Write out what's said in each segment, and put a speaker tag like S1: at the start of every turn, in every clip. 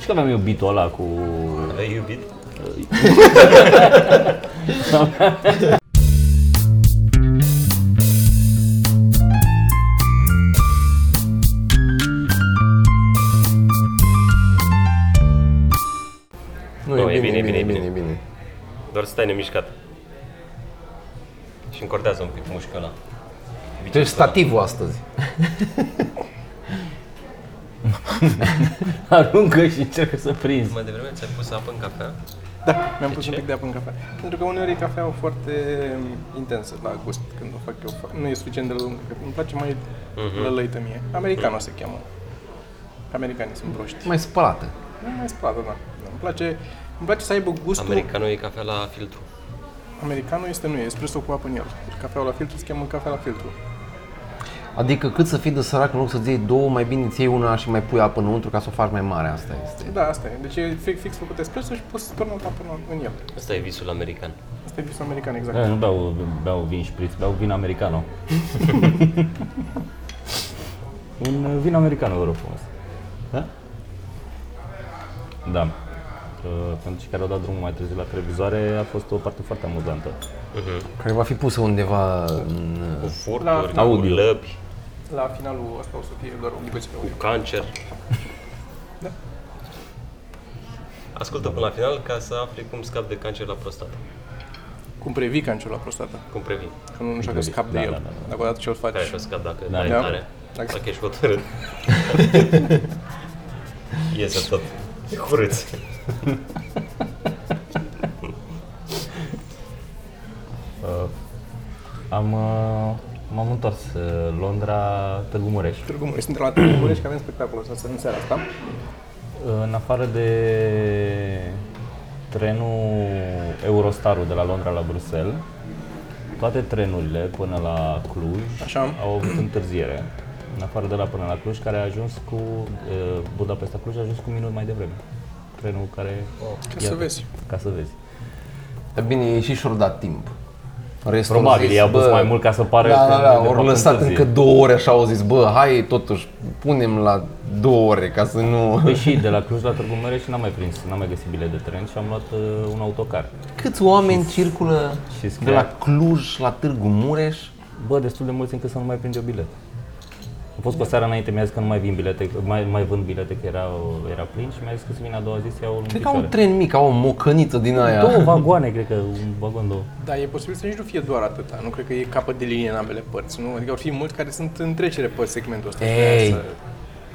S1: Știi că aveam iubitul ăla cu...
S2: Ai iubit?
S3: Nu,
S2: Nu,
S3: e, bine, e bine, e bine, e bine.
S2: Doar stai nemișcat. Și încordează un pic mușchiul ăla.
S3: Tu ești stativul astăzi.
S1: Aruncă și încercă să prinzi.
S2: Mai devreme ți-ai pus apă în cafea?
S4: Da, mi-am pus
S2: ce?
S4: un pic de apă în cafea. Pentru că uneori e cafeaua foarte intensă la gust când o fac eu. Fac- Nu e suficient de lungă, că îmi place mai
S1: Mhm.
S4: lălăită mie. Americano se cheamă. Americanii sunt proști.
S3: Mai spălată.
S4: Nu mai spală, da. Îmi place, îmi place să aibă gustul...
S2: Americanul e cafea la filtru.
S4: Americanul este nu, e espresso cu apă în el. Deci Cafeaua la filtru se cheamă cafea la filtru.
S3: Adică cât să fii de sărac în loc să-ți iei două, mai bine îți iei una și mai pui apă înăuntru ca să o faci mai mare, asta este.
S4: Da, asta e. Deci e fix, fix făcut espresso și poți să turnă apă în- în el.
S2: Asta e visul american.
S4: Asta e visul american, exact.
S1: Da, nu beau, beau vin șpriț, beau vin americano. Un uh, vin americano, vă rog frumos. Da? Da. Uh, Pentru cei care au dat drumul mai târziu la televizoare, a fost o parte foarte amuzantă.
S3: Care va fi pusă undeva în...
S2: Cu furturi,
S4: La
S2: cu
S1: audio.
S2: lăbi,
S4: La finalul asta o să fie doar o bucățică de
S2: cu cancer.
S4: Da.
S2: Ascultă până la final ca să afli cum scapi de cancer la prostată.
S4: Cum previi canciul la prostată.
S2: Cum previi.
S4: Că nu știu că
S1: Previi.
S4: scap de
S1: Da,
S4: el.
S1: da, da, da.
S4: Dacă odată ce-l faci.
S2: Care și-o scap dacă
S1: Da.
S2: dai
S4: Da.
S2: tare.
S4: Dacă-
S2: Dacă ești hotărât. Iese tot. Curâț.
S1: Am, uh, m-am întors uh, Londra, Târgu Mureș. Uh,
S4: Târgu Mureș. Suntem la Târgu Mureș că avem spectacolul ăsta în seara asta.
S1: În afară de trenul Eurostarul de la Londra la Bruxelles, toate trenurile până la Cluj
S4: Așa.
S1: au avut întârziere. În afară de la până la Cluj, care a ajuns cu eh, Budapesta Cluj a ajuns cu un minut mai devreme. Trenul care
S4: Ca Oh, să vezi.
S1: ca să vezi.
S3: Dar Bine, e și și-or dat timp. Restul
S1: Probabil
S3: au zis,
S1: i-a pus
S3: bă,
S1: mai mult ca să pară
S3: Da, da, da,
S1: că de
S3: ori
S1: fapt
S3: lăsat
S1: întârzie.
S3: încă două ore așa au zis, bă, hai totuși, punem la două ore ca să nu...
S1: Păi și de la Cluj la Târgu Mureș n-am mai prins, n-am mai găsit bilet de tren și am luat eh, un autocar.
S3: Câți oameni circulă
S1: și
S3: de
S1: scrie-
S3: la Cluj la Târgu Mureș?
S1: Bă, destul de mulți încât să nu mai prind eu bilet. A fost cu o seară înainte, mi-a zis că nu mai, vin bilete, mai, mai vând bilete, că era, era plin și mi-a zis că să vin a doua zi să iau în
S3: Cred că au un
S1: picioare.
S3: tren mic, au o mocăniță din aia.
S1: Două vagoane, cred că, un vagon, două.
S4: Da, e posibil să nici nu fie doar atâta. Nu cred că e capăt de linie în ambele părți, nu? Adică ar fi mulți care sunt în trecere pe segmentul ăsta.
S3: Ei,
S4: Să-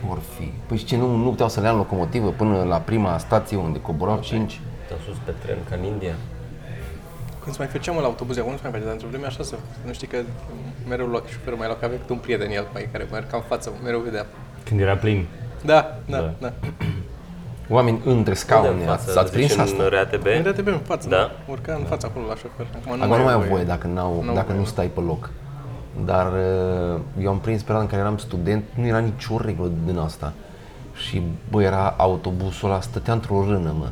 S3: vor fi. Păi și ce, nu, nu puteau să le ia în locomotivă până la prima stație unde coborau 5?
S2: Te-am sus pe tren ca în India.
S4: Când se mai făceam la autobuz, acum nu se mai face, dar într-o vreme așa să... Nu știi că mereu lua șoferul mai lua că avea câte un prieten el mai care merg în față, mereu vedea.
S1: Când era plin.
S4: Da, da,
S1: Da.
S4: da. da.
S3: Oameni între
S2: Unde
S3: scaune,
S2: în
S3: ați,
S2: față,
S3: ați prins
S1: deci
S2: zici,
S3: asta?
S2: În RATB?
S4: În DTB în față,
S2: Da.
S4: da. urca în fața acolo la șofer. Acum
S3: Acum nu mai au voie
S4: da.
S3: dacă, n-au,
S4: N-au
S3: dacă
S4: voie,
S3: nu
S4: nu.
S3: stai pe loc. Dar uh, eu am prins perioada în care eram student, nu era nicio regulă din asta. Și bă, era autobusul ăla, stătea într-o rână, mă.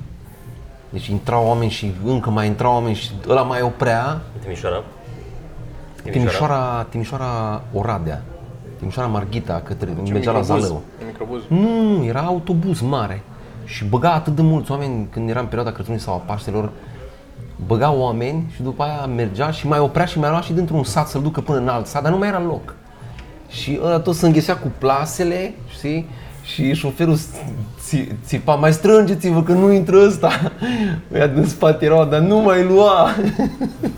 S3: Deci intrau oameni și încă mai intrau oameni și ăla mai oprea.
S2: În Timișoara?
S3: Timișoara, Timișoara Oradea, Timișoara Marghita, către, mergea la Zalău.
S4: E microbuz.
S3: Nu, nu, Mm, era autobuz mare și băga atât de mulți oameni când era în perioada Crăciunului sau a Paștelor, băga oameni și după aia mergea și mai oprea și mai lua și dintr-un sat să-l ducă până în alt sat, dar nu mai era loc. Și ăla tot se înghesea cu plasele, știi? Și șoferul ți- țipa, mai strângeți-vă că nu intră ăsta. Ăia din spate erau, dar nu mai lua.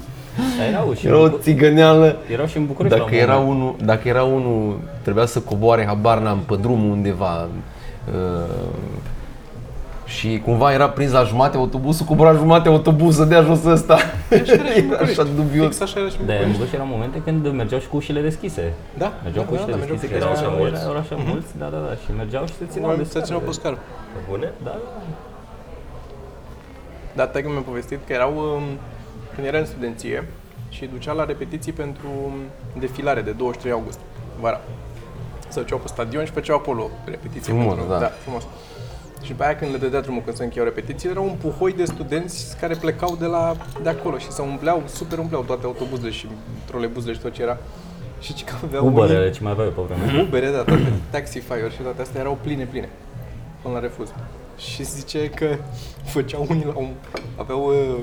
S1: Dar erau și,
S3: Era o
S1: erau,
S3: țigăneală.
S1: erau și în București
S3: Dacă era, unul, dacă era unul, trebuia să coboare, habar n-am, pe drumul undeva uh, și cumva era prins la jumate autobusul, cobora jumate autobuz să dea jos ăsta. Era așa dubios.
S4: Fix așa era și în
S1: de Da, în
S4: București.
S1: București erau momente când mergeau și cu ușile deschise.
S4: Da,
S1: Mergeau
S4: da,
S1: cu
S4: da,
S1: ușile
S4: da, mergeau
S1: deschise.
S4: cu
S1: Erau,
S4: ușile
S1: erau,
S2: deschise.
S1: erau, așa mulți, da, da, da. Și mergeau și se țineau de
S4: Oamenii se
S1: scarpe.
S4: țineau pe scară.
S2: Pe bune?
S1: Da, da.
S4: Da, taică mi-a povestit că erau, um, când era în studenție și ducea la repetiții pentru um, defilare de 23 august, vara. Se duceau pe stadion și făceau acolo repetiții.
S3: Frumos,
S4: pentru,
S3: da.
S4: da. frumos. Și pe aia când le dădea drumul când se încheiau repetițiile, era un puhoi de studenți care plecau de, la, de acolo și se umpleau, super umpleau toate autobuzele și trolebuzele și tot ce era. Și ce că aveau unii-
S1: Uberele, ce mai aveau eu pe vremea.
S4: Ubere, da, toate Taxify-uri și toate astea erau pline, pline, până la refuz. și zice că făceau unii la un... aveau uh,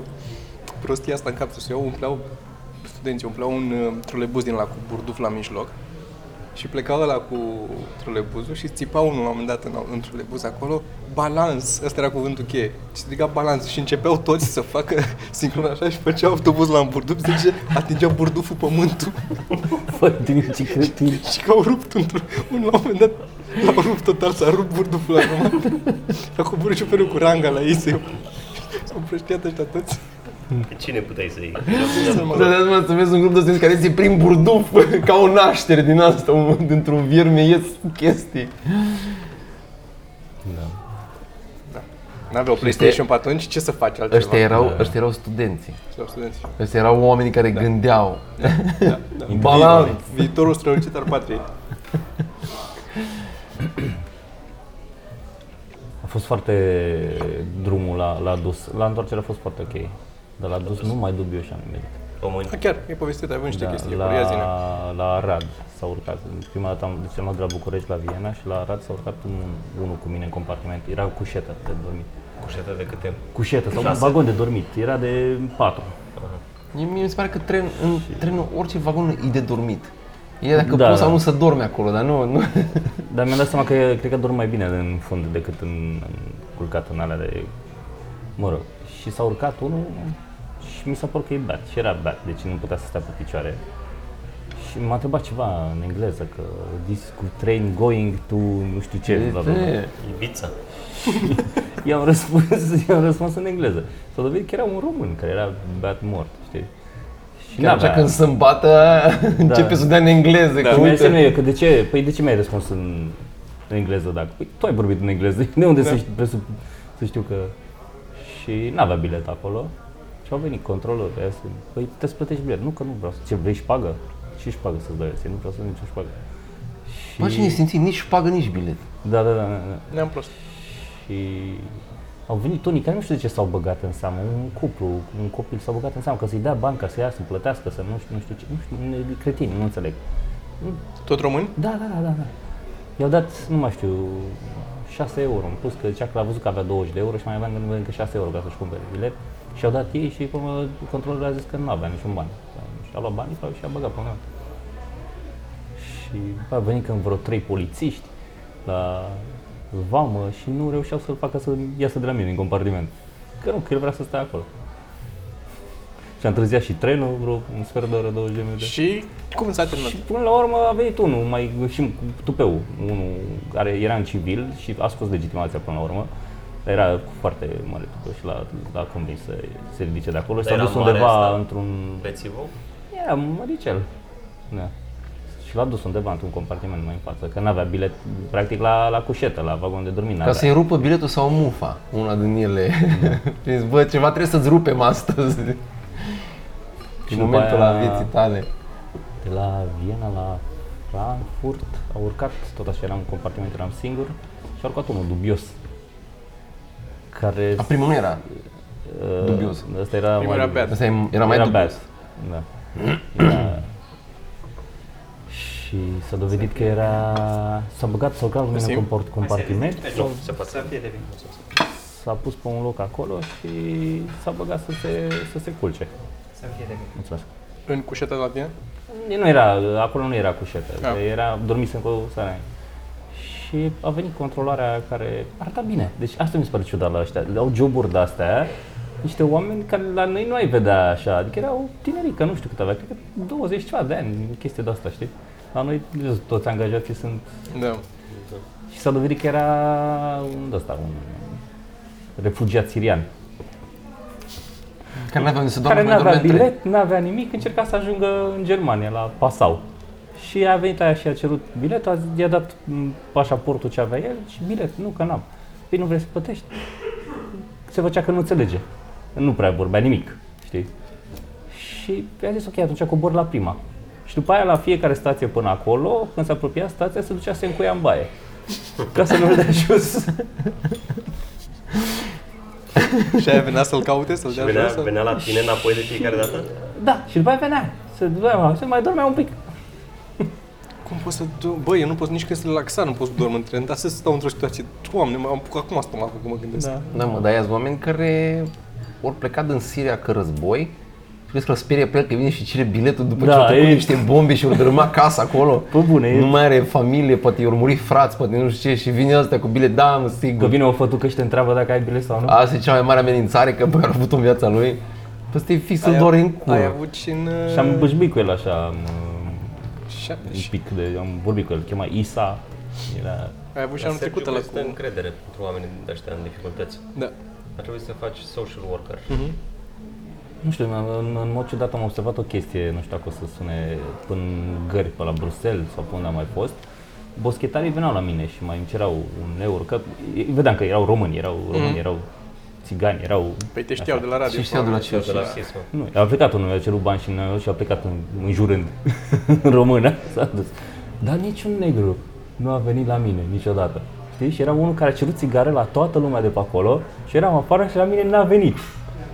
S4: prostia asta în cap, să iau, umpleau studenții, umpleau un uh, trolebuz din la cu burduf la mijloc și plecau la cu trolebuzul și țipa unul la un moment dat în, în trolebuz acolo, balans, ăsta era cuvântul cheie, și striga balans și începeau toți să facă sincron așa și făceau autobuz la un burduf, se zice, atingea burduful pământul
S1: Fătriu, ce cretin.
S4: și că au rupt într-un un la un moment dat, l-au rupt total, s-a rupt burduful la roman. S-a coborât șoferul cu ranga la ei, se S-au împrăștiat ăștia toți.
S2: Pe cine puteai să iei?
S4: Să mă
S3: Să
S4: rog.
S3: dai seama, să vezi un grup de studenți care iese prin burduf ca o naștere din asta, un- dintr-un vierme ies chestii.
S1: Da.
S4: N-aveau PlayStation pe atunci, ce să faci altceva?
S3: Ăștia erau, ăștia erau studenții.
S4: Ăștia studenți.
S3: Ăștia erau oamenii care gândeau.
S4: Da, da.
S3: Balans!
S4: Viitorul strălucit al patriei.
S1: A fost foarte drumul la, la dus. La întoarcere a fost foarte ok. Dar la dus nu mai dubiu și am nimerit.
S2: Români.
S4: A, Da, chiar, mi-ai povestit, ai avut niște
S1: Da,
S4: chestii, la... ia zine.
S1: la, la Arad s-a urcat. Prima dată am deci am luat de la București la Viena și la Arad s-a urcat un, unul cu mine în compartiment. Era cu șetă de dormit.
S2: Cușetă de câte?
S1: Cu șetă sau un vagon de dormit. Era de patru.
S3: Mie mie mi se pare că tren, în trenul orice vagon e de dormit. E dacă
S1: Da,
S3: poți sau
S1: da.
S3: nu să dormi acolo, dar nu, nu.
S1: Dar mi-am dat seama că cred că dorm mai bine în fund decât în, în culcat în alea de... Mă rog. Și s-a urcat unul și mi s-a părut că e beat. Și era beat, deci nu putea să stea pe picioare. Și m-a întrebat ceva în engleză, că this train going to nu știu ce. bla, bla, bla.
S2: Ibița.
S1: I-am răspuns, i-am răspuns în engleză. S-a dovedit că era un român care era beat mort, știi? Și
S3: Chiar așa când se bată, începe să dea în engleză.
S1: da,
S3: că
S1: mi-a
S3: uite.
S1: zis eu că de ce, păi de ce mi-ai răspuns în, în engleză dacă? Păi tu ai vorbit în engleză, de unde să, știu, presup, să știu că... Și n-avea bilet acolo. Și au venit controlul pe asta. Păi te să plătești bilet. Nu că nu vreau să... Ce vrei șpagă? Ce șpagă să-ți dau eu ție? Nu vreau să dau nicio șpagă. Și...
S3: Mă, și ne simțim nici pagă, nici bilet.
S1: Da, da, da, da, da.
S4: Ne-am prost.
S1: Și au venit unii care nu știu de ce s-au băgat în seamă, un cuplu, un copil s-a băgat în seamă, că să-i dea bani, ca să ia, să plătească, să nu știu, nu știu ce, nu știu, ne- cretini, nu înțeleg.
S4: Tot români?
S1: Da, da, da, da, da. I-au dat, nu mai știu, 6 euro în plus, că cea că l-a văzut că avea 20 de euro și mai avea încă- încă 6 euro ca să-și cumpere bilet. Și au dat ei și până, controlul a zis că nu avea niciun bani. Și a luat banii probabil, și a băgat până la urmă. Și bă, a venit când vreo trei polițiști la vamă și nu reușeau să-l facă să iasă de la mine din compartiment. Că nu, că el vrea să stea acolo. Și a întârziat și trenul, vreo un sfert de oră, 20 de minute.
S4: Și cum s-a terminat?
S1: Și până la urmă a venit unul, mai și cu tupeu, unul care era în civil și a scos legitimația până la urmă. Era cu foarte mare tupeu și l-a, l-a convins să se ridice de acolo și
S2: Dar
S1: s-a
S2: era
S1: dus
S2: mare
S1: undeva
S2: ăsta?
S1: într-un...
S2: Bețivou?
S1: Era măricel. Da. Și l-a dus undeva într-un compartiment mai în față, că n-avea bilet, practic la, la cușetă, la vagon de dormit.
S3: Ca
S1: n-avea.
S3: să-i rupă biletul sau mufa, una din ele.
S1: Mm.
S3: Deci, bă, ceva trebuie să-ți rupem astăzi. Și
S1: după
S3: momentul
S1: aia-
S3: la vieții tale.
S1: De la Viena la Frankfurt a urcat, tot așa eram în compartiment, eram singur și a urcat unul dubios care
S3: A, primul nu era.
S1: Uh,
S3: Dubios.
S1: Asta era
S4: Primul
S1: mai
S4: era beat.
S3: Asta e- era mai
S1: era
S3: dubios.
S1: beat. Da. Era... Și s-a dovedit că era... S-a băgat, s-a urcat la mine în comport- compartiment,
S2: Nu, se poate.
S1: s-a pus pe un loc acolo și s-a băgat să se, să se culce. Mulțumesc.
S4: În cușeta de la tine?
S1: Nu era, acolo nu era cușetă,
S4: Ah.
S1: da. era dormise încă o seară. Și a venit controlarea care arăta bine. Deci asta mi se pare ciudat la ăștia. Au joburi de astea, niște oameni care la noi nu ai vedea așa. Adică era o tinerică, nu știu cât avea, cred că 20 ceva de ani, chestia de asta, știi? La noi toți angajații sunt
S4: Da.
S1: și s-a dovedit că era un, de asta, un refugiat sirian.
S3: Care n-aveam de să doamnă,
S1: care nu
S3: mai
S1: avea
S3: dormea în tren.
S1: bilet, nu avea nimic, încerca să ajungă în Germania, la Passau. Și a venit aia și a cerut bilet, a zis- i-a dat m, pașaportul ce avea el și bilet, nu că n-am. Păi nu vrei să plătești? Se făcea că nu înțelege. Nu prea vorbea nimic, știi? Și i-a zis, ok, atunci cobor la prima. Și după aia, la fiecare stație până acolo, când se apropia stația, se ducea să se încuia în baie. Ca să nu-l dea jos.
S4: Și aia venea să-l caute, să-l
S2: Și
S4: dea jos?
S2: venea,
S4: sau-
S2: venea la tine înapoi de fiecare dată?
S1: Da, și după aia venea. Se, ducea, se mai dormea un pic.
S4: Cum pot să, do- bă, eu nu pot nici când să relaxat, nu pot să dorm în tren, dar să stau într-o situație, doamne, m-am apucat acum stomacul când mă gândesc. Da.
S3: Da, mă, dar sunt oameni care ori plecat din Siria că război și crezi că îl sperie pe el că vine și cere biletul după
S1: Da,
S3: ce au trecut
S1: e-
S3: niște bombe și au dărâmat casa acolo.
S1: Pe bune, e-
S3: Nu mai are familie, poate i-au murit frați, poate nu știu ce și vine ăsta cu bilet, da, mă,
S1: Că
S3: sigur.
S1: vine o fătucă și te întreabă dacă ai bilet sau nu.
S3: Asta e cea mai mare amenințare că pe care a avut în viața lui. Păi stai fix să doar în
S4: Ai
S3: cur.
S4: avut și în...
S1: Și am bâșbit cu el așa, am, uh, un
S4: 70.
S1: pic de, am vorbit cu el, îl chema Isa, era
S4: Ai avut și anul trecut la
S2: stă
S4: cu...
S2: încredere pentru oamenii de ăștia în dificultăți.
S4: Da.
S2: Ar trebui să faci social worker.
S4: Mhm.
S1: Nu știu, în, în, în mod ciudat am observat o chestie, nu știu dacă o să sune până în gări pe la Bruxelles sau pe unde am mai fost. Boschetarii veneau la mine și mai îmi cerau un euro, că ei- vedeam că erau români, erau români, erau țigani, erau...
S4: Păi te știau de la radio.
S3: Și știau de la ce
S2: Deci, De la SIS, mă.
S1: Nu, a plecat unul, mi-a cerut bani și, noi- și a plecat în, în jurând, în română, s-a dus. Dar niciun negru nu a venit la mine niciodată. Știi? Și era unul care a cerut țigară la toată lumea de pe acolo și eram afară și la mine n-a venit.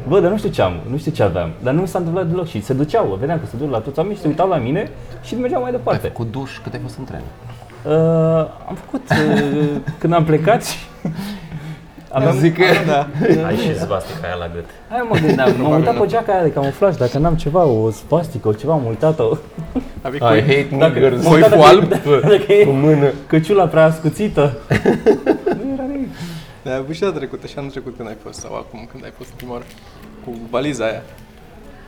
S1: Bă, dar nu știu ce am, nu știu ce aveam, dar nu mi s-a întâmplat deloc și se duceau, vedeam că se duc la toți oamenii și se uitau la mine și mergeau mai
S3: Ai
S1: departe.
S3: făcut duș, cât ai fost în tren?
S1: Uh, am făcut uh, când am plecat și aveam,
S3: Zic că... Da.
S2: Ai și zvastica aia la gât.
S1: Aia mă gândeam, m-am uitat pe geaca aia de camuflaj, dacă n-am ceva, o spastică, o ceva, am uitat-o.
S4: Avea
S3: I
S4: cu...
S3: hate niggers.
S1: Mă uitam
S3: Coiful
S1: dacă-
S3: alb
S1: dacă
S3: pe
S1: e-
S3: mână.
S1: Căciula prea ascuțită. nu era nimic.
S4: Ai avut și la trecută și anul trecut când ai fost sau acum când ai fost prima oară. Cu valiza aia.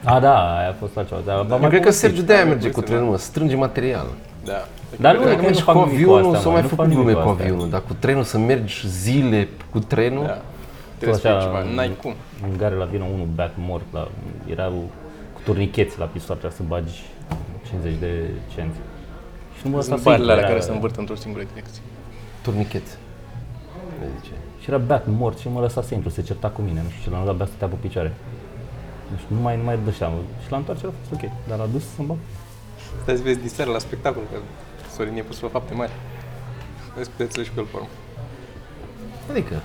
S1: A, da, aia a fost altceva. Dar, da,
S3: Eu cred că Sergiu de-aia merge cu
S4: povestea,
S3: trenul, mă, strânge material.
S4: Da.
S1: Dar nu,
S3: Dacă
S1: că
S3: mergi
S1: fac
S3: cu
S1: nimic cu
S3: avionul,
S1: asta,
S3: s-au
S1: mă,
S3: mai
S1: nu
S3: făcut
S1: fac nimic
S3: glume
S1: cu
S3: cu
S1: asta.
S3: avionul, dar cu trenul să mergi zile cu trenul,
S4: Da.
S1: Tot
S4: Trebuie să
S1: așa,
S4: faci ceva, n-ai cum.
S1: În gare la vină unul beat mort, la, erau cu turnicheți la pistoare, trebuia să bagi 50 de cenți. Și numărul ăsta
S4: Sunt
S1: se
S4: barele alea
S1: era-
S4: care se învârt într-o singură direcție.
S3: turnichet. le zice.
S1: Și era beat mort și mă lăsa să intru, se certa cu mine, nu știu ce, l-am dat beat stătea pe picioare. Deci nu mai, nu mai dășeam. Și la întoarcere a fost ok, dar a dus să-mi bag
S4: Stai să vezi diseară la spectacol, că Sorin e pus la fapte mari. Vezi, puteți și pe el pe urmă.
S3: Adică,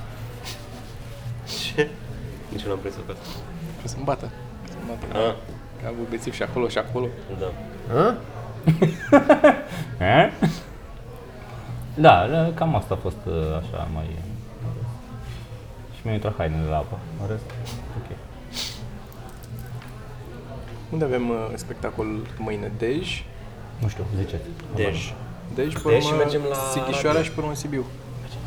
S2: Nici nu am prețuit.
S4: Trebuie să-mi bată. Să-mi bată.
S2: Ah,
S4: Că a avut bețiv și acolo și acolo.
S2: da.
S3: a?
S1: Eh? Da, da, cam asta a fost uh, așa mai... Și mi-au intrat hainele la apă. În rest, ok.
S4: Unde avem uh, spectacol mâine? Dej.
S1: Nu știu, ziceți.
S3: Deci.
S2: Dej.
S4: Dej, pe
S2: Dej și
S4: urmă
S2: mergem la
S4: Sighișoara
S2: radio.
S4: și până în Sibiu.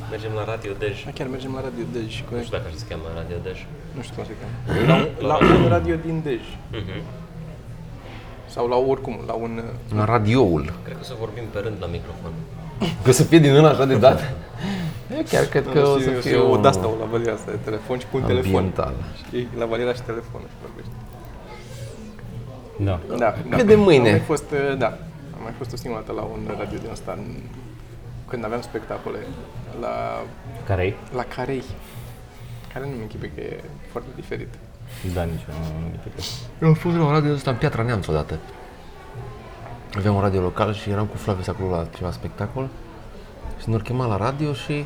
S2: Mergem la Radio Dej.
S4: Da, chiar mergem la Radio Dej.
S2: Nu
S4: Corect.
S2: știu dacă așa se cheamă Radio Dej.
S4: Nu știu cum se cheamă. La, un- la un radio din Dej.
S2: Mhm.
S4: Sau la oricum, la un... uh,
S3: La radioul.
S2: Cred că o să vorbim pe rând la microfon.
S3: Că o să fie din ăla așa de dată. Eu chiar cred că o să
S4: știu,
S3: fie
S4: o
S3: un
S4: de asta o da, la valia asta de telefon și pun telefon.
S3: ambiental.
S4: Știi, la valia și telefon și vorbești.
S1: Da.
S4: Da, da.
S3: Vedem mâine.
S4: Am mai fost, uh, da, am mai fost o singură dată la un radio din asta, în, când aveam spectacole, la,
S1: care e?
S4: la Carei, care nu-mi închipui că e foarte diferit.
S1: Da, nici eu nu, nu cred că.
S3: Eu am fost la un radio ăsta în Piatra Neamț odată. Aveam un radio local și eram cu Flavius acolo la ceva spectacol și ne-au chemat la radio și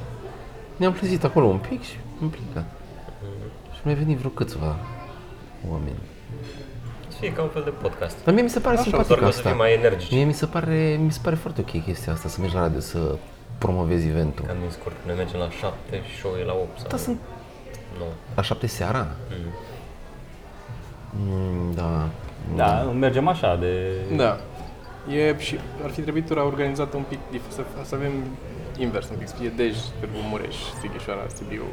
S3: ne-am plezit acolo un pic și am plecat. Și mi-a venit vreo câțiva oameni.
S2: Și e ca un fel de podcast.
S3: Dar mie mi se pare
S2: Doar
S3: simpatic
S2: că o să
S3: asta.
S2: fim mai energici.
S3: Mie mi se pare, mi se pare foarte ok chestia asta, să mergi la radio, să promovezi eventul.
S2: Cam din scurt, noi mergem la 7 și show e la 8 sau
S3: Da, sunt
S2: 9.
S3: la șapte seara. Mm, da.
S1: Da, mergem așa de...
S4: Da. E și ar fi trebuit ora organizată un pic dif- să, să avem invers un pic, să fie Dej, Târgu Mureș, Sighișoara, Sibiu.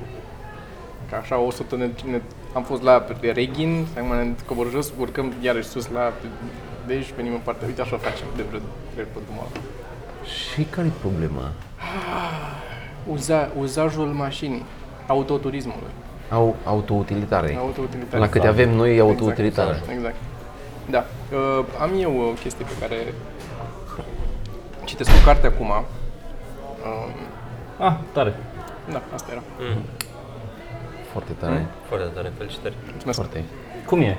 S4: Ca așa o sută ne, ne, am fost la Reghin, acum ne coborâm jos, urcăm iarăși sus la Dej, venim în partea. Uite așa facem de vreo, cred, pe dumneavoastră.
S3: Și care e problema?
S4: Uza, uzajul mașinii, autoturismului,
S3: Au autoutilitare.
S4: autoutilitare.
S3: La câte avem noi e autoutilitare.
S4: Exact, exact. Da. Uh, am eu o chestie pe care citesc o carte acum. Uh,
S1: Ah, tare.
S4: da, asta era.
S3: Foarte tare.
S2: Foarte tare, felicitări.
S4: Mulțumesc.
S3: Foarte.
S1: Cum e?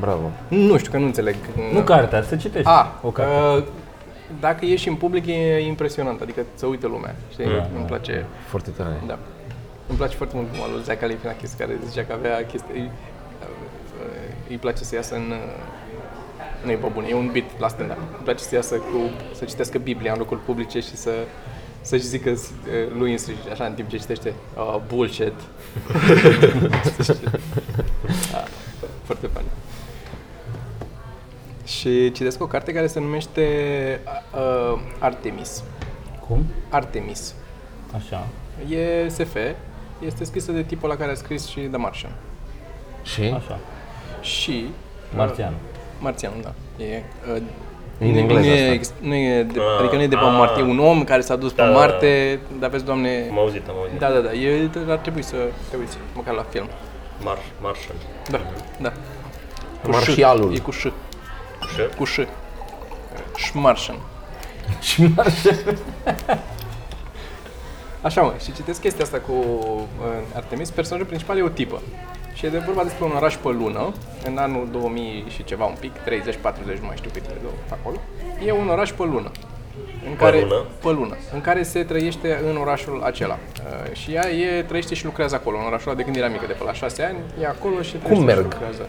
S3: Bravo.
S4: Nu știu că nu înțeleg.
S3: Da.
S1: Nu cartea, să citești.
S4: A,
S3: Ah.
S1: o carte.
S4: uh, dacă ieși în public e impresionant, adică să uite lumea, știi?
S1: Da.
S4: Îmi place,
S3: Foarte tare.
S4: da. Îmi place foarte mult cum a lui Zach Galifianakis, care zicea că avea chestii, îi place să iasă în, Nu e pe bune, e un beat la stand-up. Îmi place să iasă cu, să citească Biblia în locuri publice și să să-și zică eh, lui însuși, așa, în timp ce citește, uh, bullshit. da, foarte fain. Și citesc o carte care se numește uh, Artemis.
S1: Cum?
S4: Artemis.
S1: Așa.
S4: E SF, este scrisă de tipul la care a scris și The Martian.
S3: Și?
S1: Așa.
S4: Și...
S1: Marțian.
S4: Marțian, da. E, uh,
S3: E din
S4: nu,
S3: engleză
S4: e,
S3: asta.
S4: ex- nu e de,
S2: Ah,
S4: adică nu e de pe
S2: ah.
S4: Marte, e un om care s-a dus
S2: Da,
S4: pe
S2: da, da.
S4: Marte, dar vezi, doamne...
S2: Am auzit, am auzit.
S4: Da, da, da, e, ar trebui să te uiți, măcar la film.
S2: Mar, Martian.
S4: Da, da. Cu ș.
S3: Martialul.
S4: E cu ș,
S2: Sure.
S4: cu ș. Șmarșan.
S3: Și marșe.
S4: Așa mă, și citesc chestia asta cu uh, Artemis, personajul principal e o tipă. Și e de vorba despre un oraș pe lună, în anul 2000 și ceva un pic, 30-40, nu mai știu cât e de- acolo. E un oraș pe lună. În
S2: Pe
S4: care,
S2: lună?
S4: Pe lună. În care se trăiește în orașul acela. Uh, și ea e, trăiește și lucrează acolo, în orașul ăla de când era mică, de pe la 6 ani, e acolo și trăiește
S3: merg?
S4: și lucrează.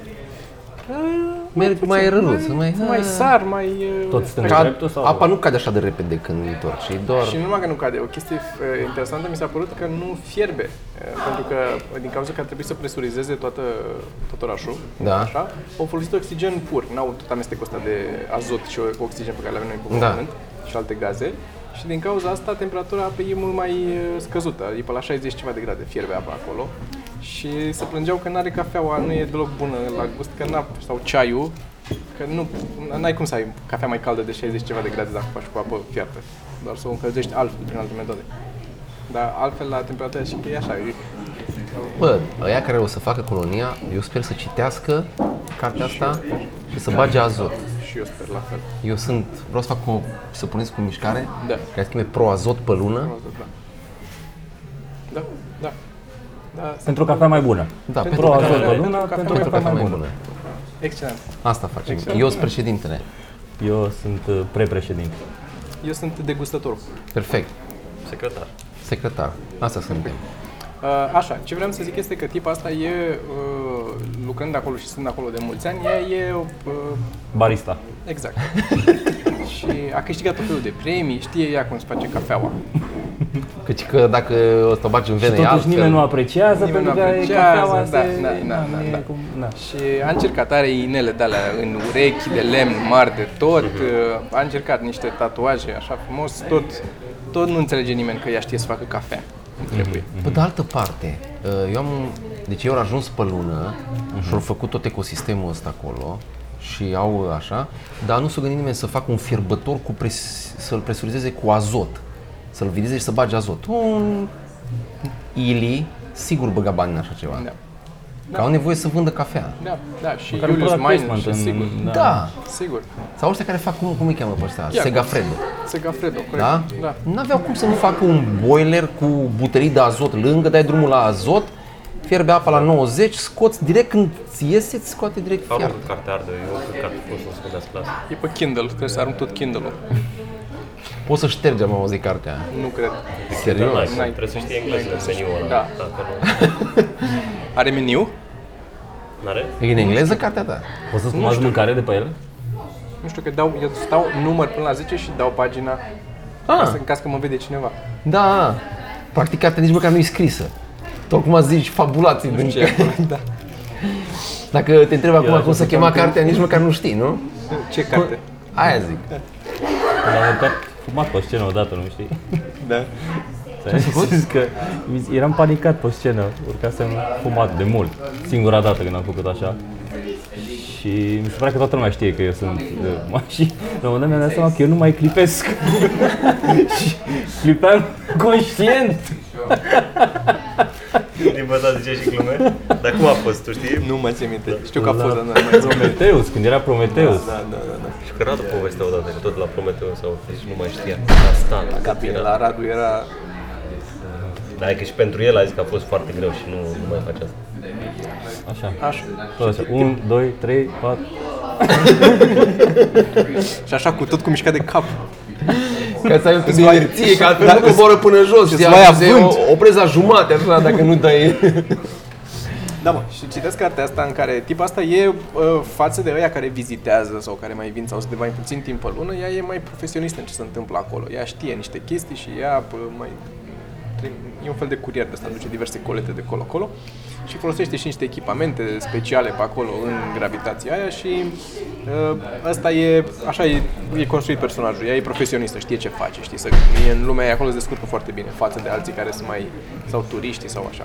S3: Merg mai râs, mai... Ah.
S4: Mai sar, mai... uh,
S1: Tot stând
S3: Ca-
S1: dreptul sau?
S3: apa nu cade așa de repede când întorci, e doar...
S4: Și nu numai că nu cade, o chestie uh, interesantă mi s-a părut că nu fierbe, uh, pentru că uh, din cauza că a trebuit să presurizeze toată, tot orașul,
S3: Da.
S4: așa, au folosit oxigen pur, n-au tot amestecul ăsta de azot și o- oxigen pe care l-avem noi pe
S3: Da.
S4: pământ și alte gaze. Și din cauza asta temperatura apei e mult mai uh, scăzută, e pe la 60 ceva de grade fierbe apa acolo. Și se plângeau că n-are cafeaua, nu e deloc bună la gust, că n sau ceaiul, că nu, n-ai cum să ai cafea mai caldă de 60 ceva de grade dacă faci cu apă fiartă. Doar să o încălzești altfel, prin alte metode. Dar altfel la temperatura și că e așa, e
S3: Bă, ăia care o să facă colonia, eu sper să citească cartea asta și să bage azot.
S4: și eu sper la fel.
S3: Eu sunt, vreau să fac o, să puneți cu mișcare,
S4: Da.
S3: care se cheme proazot pe lună.
S4: Da. Da, da. da.
S1: Pentru cafea mai bună.
S3: Da, pentru,
S1: Pro
S3: pentru,
S1: azot Exact.
S4: cafea-
S1: pe lună,
S4: pentru
S3: pentru
S1: pentru
S4: cafea
S1: cafea
S3: cafea
S1: mai
S3: mai
S1: bună.
S3: bună.
S4: Excelent.
S3: Asta facem.
S1: Exact.
S3: Eu sunt președintele.
S1: Eu sunt uh, prepreședinte.
S4: Eu sunt degustătorul.
S3: Perfect.
S2: Secretar.
S3: Secretar. Asta suntem.
S4: Uh, Așa, ce vreau să zic este că tipa asta e, uh, lucrând acolo și sunt acolo de mulți ani, ea e, uh,
S1: Barista.
S4: exact. și a câștigat tot felul de premii, știe ea cum se face cafeaua.
S3: Căci că dacă o să o bagi în vene,
S1: Totuși
S3: e altfel.
S1: nimeni nu apreciază
S4: Nimeni
S1: pentru
S4: nu
S1: că e
S4: apreciază,
S1: cafeaua
S4: da,
S1: se...
S4: da, da,
S1: nu
S4: da,
S1: e
S4: da.
S1: cum- da.
S4: Și a încercat, are inele de alea în urechi, de lemn mari de tot, uh, a încercat niște tatuaje așa frumos, tot, tot nu înțelege nimeni că ea știe să facă cafea. Trebuie.
S3: Pe de altă parte, eu am, deci eu am ajuns pe lună și au făcut tot ecosistemul ăsta acolo și au uh, așa, dar nu s-a gândit nimeni să facă un fierbător cu pres, să-l presurizeze cu azot, să-l videze și să bage azot. Un ili, sigur băga bani în așa ceva.
S4: Da.
S3: Că au nevoie să vândă cafea.
S4: Da, da, și
S1: Măcar un
S4: Julius
S1: product
S4: Mine, și
S1: placement
S4: sigur,
S1: în-
S3: Da.
S4: sigur.
S3: Sau ăștia care fac, cum, cum îi cheamă pe ăștia?
S4: Iacob.
S3: Segafredo.
S4: Segafredo, corect.
S3: Da?
S4: da.
S3: N-aveau cum să nu facă un boiler cu butelii de azot lângă, dai drumul la azot, fierbe apa la 90, scoți direct când ți iese, îți scoate direct
S4: Da,
S2: Am
S3: fiert.
S2: oricât carte arde, eu oricât carte pot să o scotească la asta.
S4: E pe Kindle, trebuie să arunc tot Kindle-ul.
S3: Poți să ștergem, am auzit cartea.
S4: Nu cred.
S3: Serios?
S2: N-ai, Trebuie Da, să știi engleză în meniul ăla.
S4: Da.
S2: Dacă
S4: Are meniu?
S2: nu... N-are?
S3: E în engleză cartea ta?
S1: Poți să-ți comanzi mâncare de pe el?
S4: Nu știu că dau, eu stau număr până la 10 și dau pagina.
S3: Ah.
S4: Asta în caz că mă vede cineva.
S3: Da, practic cartea nici măcar nu e scrisă. Tocmai zici fabulații din
S4: Ce e acolo? da.
S3: Dacă te întreb acum
S1: așa
S3: cum se chema cartea, nici măcar nu știi, nu?
S4: Ce carte?
S3: Aia zic.
S1: Am urcat fumat pe scenă odată, nu știi?
S4: Da.
S1: Zis că eram panicat pe scenă, urcasem fumat de mult, singura dată când am făcut așa. Și mi se pare că toată lumea știe că eu sunt uh, și la un moment dat mi-am dat seama că eu nu mai clipesc. și clipeam conștient.
S2: Din bă, da, zice și glume. Dar cum a fost, tu știi?
S4: Nu mai țin minte. Știu că a fost,
S1: La
S4: dar nu mai țin minte.
S1: Prometeus, când era Prometeus.
S4: Da, da, da. da.
S2: Și că Radu povestea odată, că tot la Prometeu sau deci nu mai știa. A stat.
S4: Ca bine, la Radu era...
S2: Dar e că și pentru el a zis că a fost foarte greu și nu, nu mai face asta.
S1: Așa.
S4: Așa.
S1: Tot așa. 1, 2, 3, 4.
S4: Și așa cu tot cu mișcat de cap.
S3: Ca să ai un pic de
S4: luai-
S3: inerție, ca altfel nu coboră până jos.
S4: îți
S3: știi,
S4: luai
S3: se
S4: avânt.
S3: o- oprezi la jumate, așa, dacă nu dai...
S4: Da, mă, și citesc cartea asta în care tipa asta e uh, față de ăia care vizitează sau care mai vin sau sunt de mai puțin timp pe lună, ea e mai profesionistă în ce se întâmplă acolo. Ea știe niște chestii și ea pă, mai... E un fel de curier de asta, duce diverse colete de colo-colo și folosește și niște echipamente speciale pe acolo în gravitația aia și uh, asta e, așa e, e construit personajul, ea e profesionistă, știe ce face, știi să, e în lumea ei acolo se descurcă foarte bine față de alții care sunt mai, sau turiștii sau așa.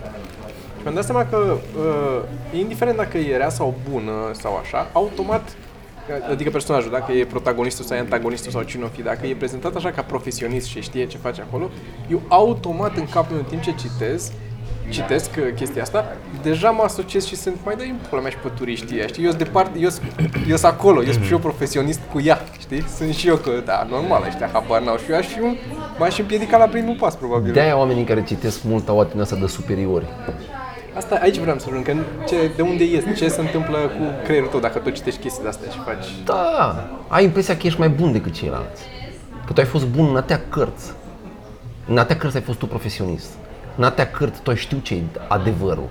S4: Și mi-am dat seama că, uh, indiferent dacă e rea sau bună sau așa, automat, adică personajul, dacă e protagonistul sau e antagonistul sau cine o fi, dacă e prezentat așa ca profesionist și știe ce face acolo, eu automat în capul meu, în timp ce citesc, citesc uh, chestia asta, deja mă asociez și sunt mai dai în pula mea și pe turiștii ăia, știi? Eu sunt departe, eu sunt- eu sunt acolo, eu sunt și eu profesionist cu ea, știi? Sunt și eu că, da, normal, ăștia habar n-au și eu aș fi un, m-aș împiedica la primul pas, probabil.
S3: De-aia oamenii care citesc mult au atitudinea asta de superiori.
S4: Asta aici vreau să ajung, că ce, de unde ești, ce se întâmplă cu creierul tău dacă tu citești chestii de astea și faci...
S3: Da, ai impresia că ești mai bun decât ceilalți. Că tu ai fost bun în atea cărți. În atea cărți ai fost tu profesionist. În atea cărți tu ai știut ce e adevărul.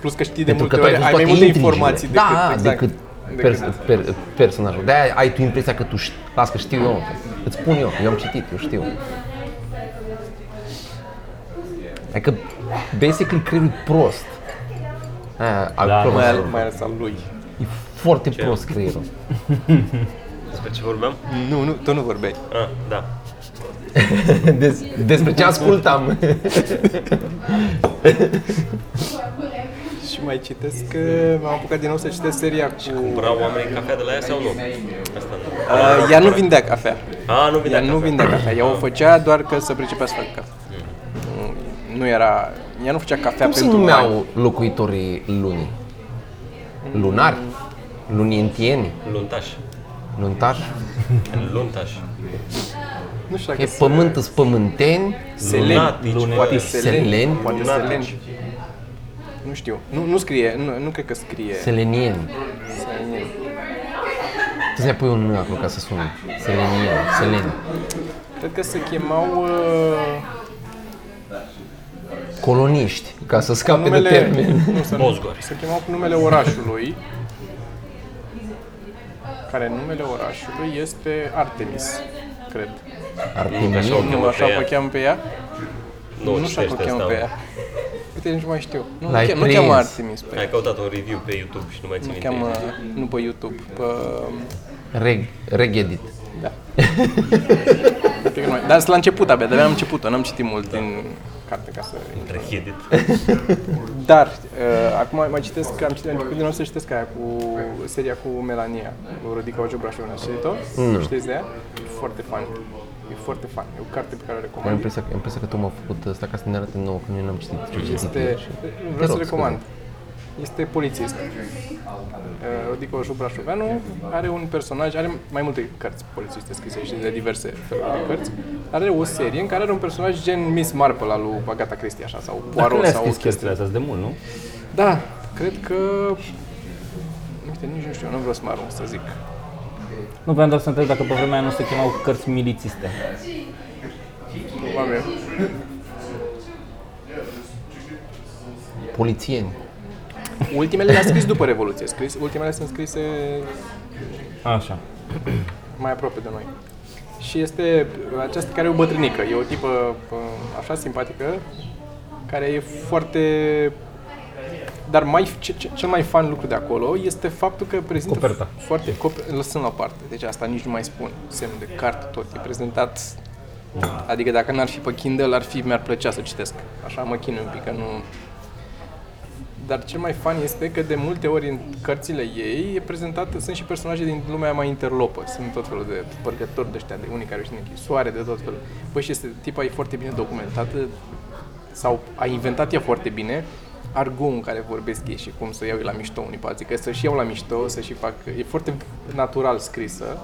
S4: Plus că știi de
S3: Pentru
S4: multe
S3: că tu ai văzut
S4: ori, ai
S3: toate
S4: mai multe
S3: intrigile.
S4: informații decât...
S3: da,
S4: exact,
S3: decât, pers- per- personajul. De-aia ai tu impresia că tu știi, las că știu eu, îți spun eu, eu am citit, eu știu. Adică, basically, creierul e prost. Aia, al
S1: Da,
S4: mai,
S3: profesorului.
S4: al, mai ales al lui.
S3: E foarte prost creierul.
S2: Despre ce vorbeam?
S4: Nu, nu, tu nu vorbeai.
S2: Ah, da.
S3: Des, despre ce ascultam.
S4: Și mai citesc, că m-am apucat din nou să citesc seria cu...
S2: Cumpărau oamenii cafea de la ea sau nu? Asta nu.
S4: Uh, ea nu vindea cafea.
S2: A, nu vine
S4: Ea nu vindea cafea, ea o făcea doar că să pricepea să facă cafea. Nu era... Ea nu făcea cafea
S3: Cum se
S4: pentru bani.
S3: numeau locuitorii lunii? Lunari? Lunientieni?
S2: Luntaș.
S3: Luntași?
S2: Luntaș.
S4: Nu știu
S3: E
S4: dacă se-
S3: pământ îs pământeni?
S4: Selen,
S2: Lunatici,
S1: Lune-
S4: poate
S3: Selen.
S4: Selen, poate Selen.
S2: Lunatici.
S4: Nu știu, nu, nu scrie, nu, nu cred că scrie.
S3: Selenieni.
S4: Selen.
S3: Tu să-i pui un N acolo ca să sună. Selenieni. Seleni.
S4: Cred că se chemau uh,
S3: Coloniști, ca să
S4: cu
S3: scape
S4: numele,
S3: de termen.
S4: nu, să,
S2: Mozgori.
S4: se chemau cu numele orașului, care numele orașului este Artemis, cred.
S3: Artemie.
S2: Așa. O chemă
S4: Nu,
S2: pe
S4: așa
S2: ea.
S4: o cheam pe ea?
S2: Nu,
S4: nu știu
S2: citește
S4: cum o cheam
S2: asta.
S4: pe ea. Uite, nici nu mai știu. Nu, nu,
S3: L-ai
S4: che- nu
S3: prins.
S4: cheamă Artemis pe ea.
S2: Ai căutat un review pe YouTube și nu mai țin
S4: Nu
S2: minte.
S4: cheamă,
S2: exact.
S4: nu pe YouTube, pe...
S3: Reg, regedit.
S4: Da. Cred că nu mai- Dar sunt la început abia, de-abia am început-o, n-am citit mult din carte ca să
S2: Între Hedit.
S4: Dar, uh, acum mai citesc, că am citit, am început din nou să citesc aia cu seria cu Melania, cu Rodica Ociobra și Ați citit-o? Mm. Știți de ea? E foarte fan. E foarte fan. E o carte pe care o
S3: Am
S4: recomand.
S3: impresia, am impresia că tu m-a făcut asta ca să ne arate nouă, că noi n-am citit ce citit.
S4: Este,
S3: eu și- Te
S4: vreau
S3: rog,
S4: să recomand. Este polițist. Uh, Rodica Ociobra Șoveanu are un personaj, are mai multe cărți polițiste scrise și de diverse feluri de cărți. Are o serie în care are un personaj gen Miss Marple al lui Agatha Christie așa, sau
S1: Dacă
S4: Poirot
S1: le-a
S4: sau
S1: scris chestiile astea sunt de mult, nu?
S4: Da, cred că... Uite, nici nu știu, nu vreau să mă arunc să zic.
S1: Nu vreau doar să întreb dacă pe vremea aia nu se chemau cărți milițiste.
S4: Probabil.
S3: Polițieni.
S4: Ultimele le-a scris după Revoluție, scris, ultimele sunt scrise
S1: Așa.
S4: mai aproape de noi. Și este aceasta care e o bătrânică, e o tipă uh, așa simpatică, care e foarte... Dar mai, ce, ce, cel mai fan lucru de acolo este faptul că prezintă
S1: Coperta.
S4: f- foarte... Coper, lăsăm la parte, deci asta nici nu mai spun. Semnul de carte, tot e prezentat Adică dacă n-ar fi pe Kindle, ar fi, mi-ar plăcea să citesc. Așa mă chinui un pic, că nu... Dar cel mai fan este că de multe ori în cărțile ei e prezentat, sunt și personaje din lumea mai interlopă. Sunt tot felul de părgători de ăștia, de unii care sunt în închisoare, de tot felul. Păi și este, tipa e foarte bine documentată, sau a inventat ea foarte bine argoul în care vorbesc ei și cum să iau ei la mișto unii pe alții, că să-și iau la mișto, să și fac... E foarte natural scrisă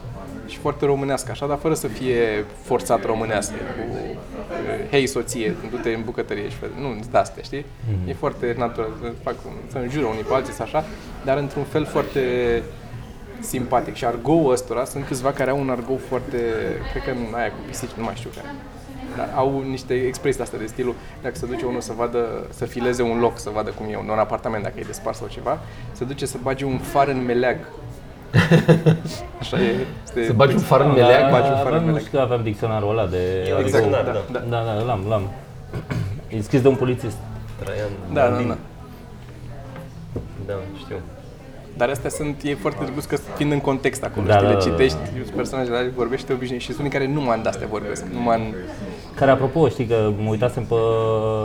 S4: și foarte românească, așa, dar fără să fie forțat românească cu eh, hei soție, du-te în bucătărie și fă... nu, de astea, știi? E foarte natural, să fac, să înjură unii pe alții, să așa, dar într-un fel foarte simpatic. Și argoul ăstora sunt câțiva care au un argou foarte, cred că în aia cu pisici, nu mai știu care. Dar au niște expresii astea de stilul, dacă se duce unul să vadă, să fileze un loc, să vadă cum e, un, un apartament dacă e despart sau ceva, se duce să bage un far în meleag. Așa e. este-
S3: Să bagi un far în
S4: Da,
S3: meleag?
S4: bagi un far în
S1: Avem, nu
S4: meleag.
S1: știu, că aveam dicționarul ăla de...
S2: Eu
S4: Exact,
S2: Dicționar,
S4: da, da.
S2: da.
S4: da.
S1: Da, da, l-am, l-am. E scris de un polițist.
S2: Traian.
S4: Da, da,
S2: Bambin.
S4: da.
S2: Da, știu.
S4: Dar astea sunt, e foarte drăguț că fiind în context acolo,
S1: Da,
S4: știi,
S1: da,
S4: le
S1: da, da.
S4: citești, sunt personajele alea, vorbești, te obișnuiești și sunt unii care numai în de-astea vorbesc, numai în...
S1: Care, apropo, știi că mă uitasem pe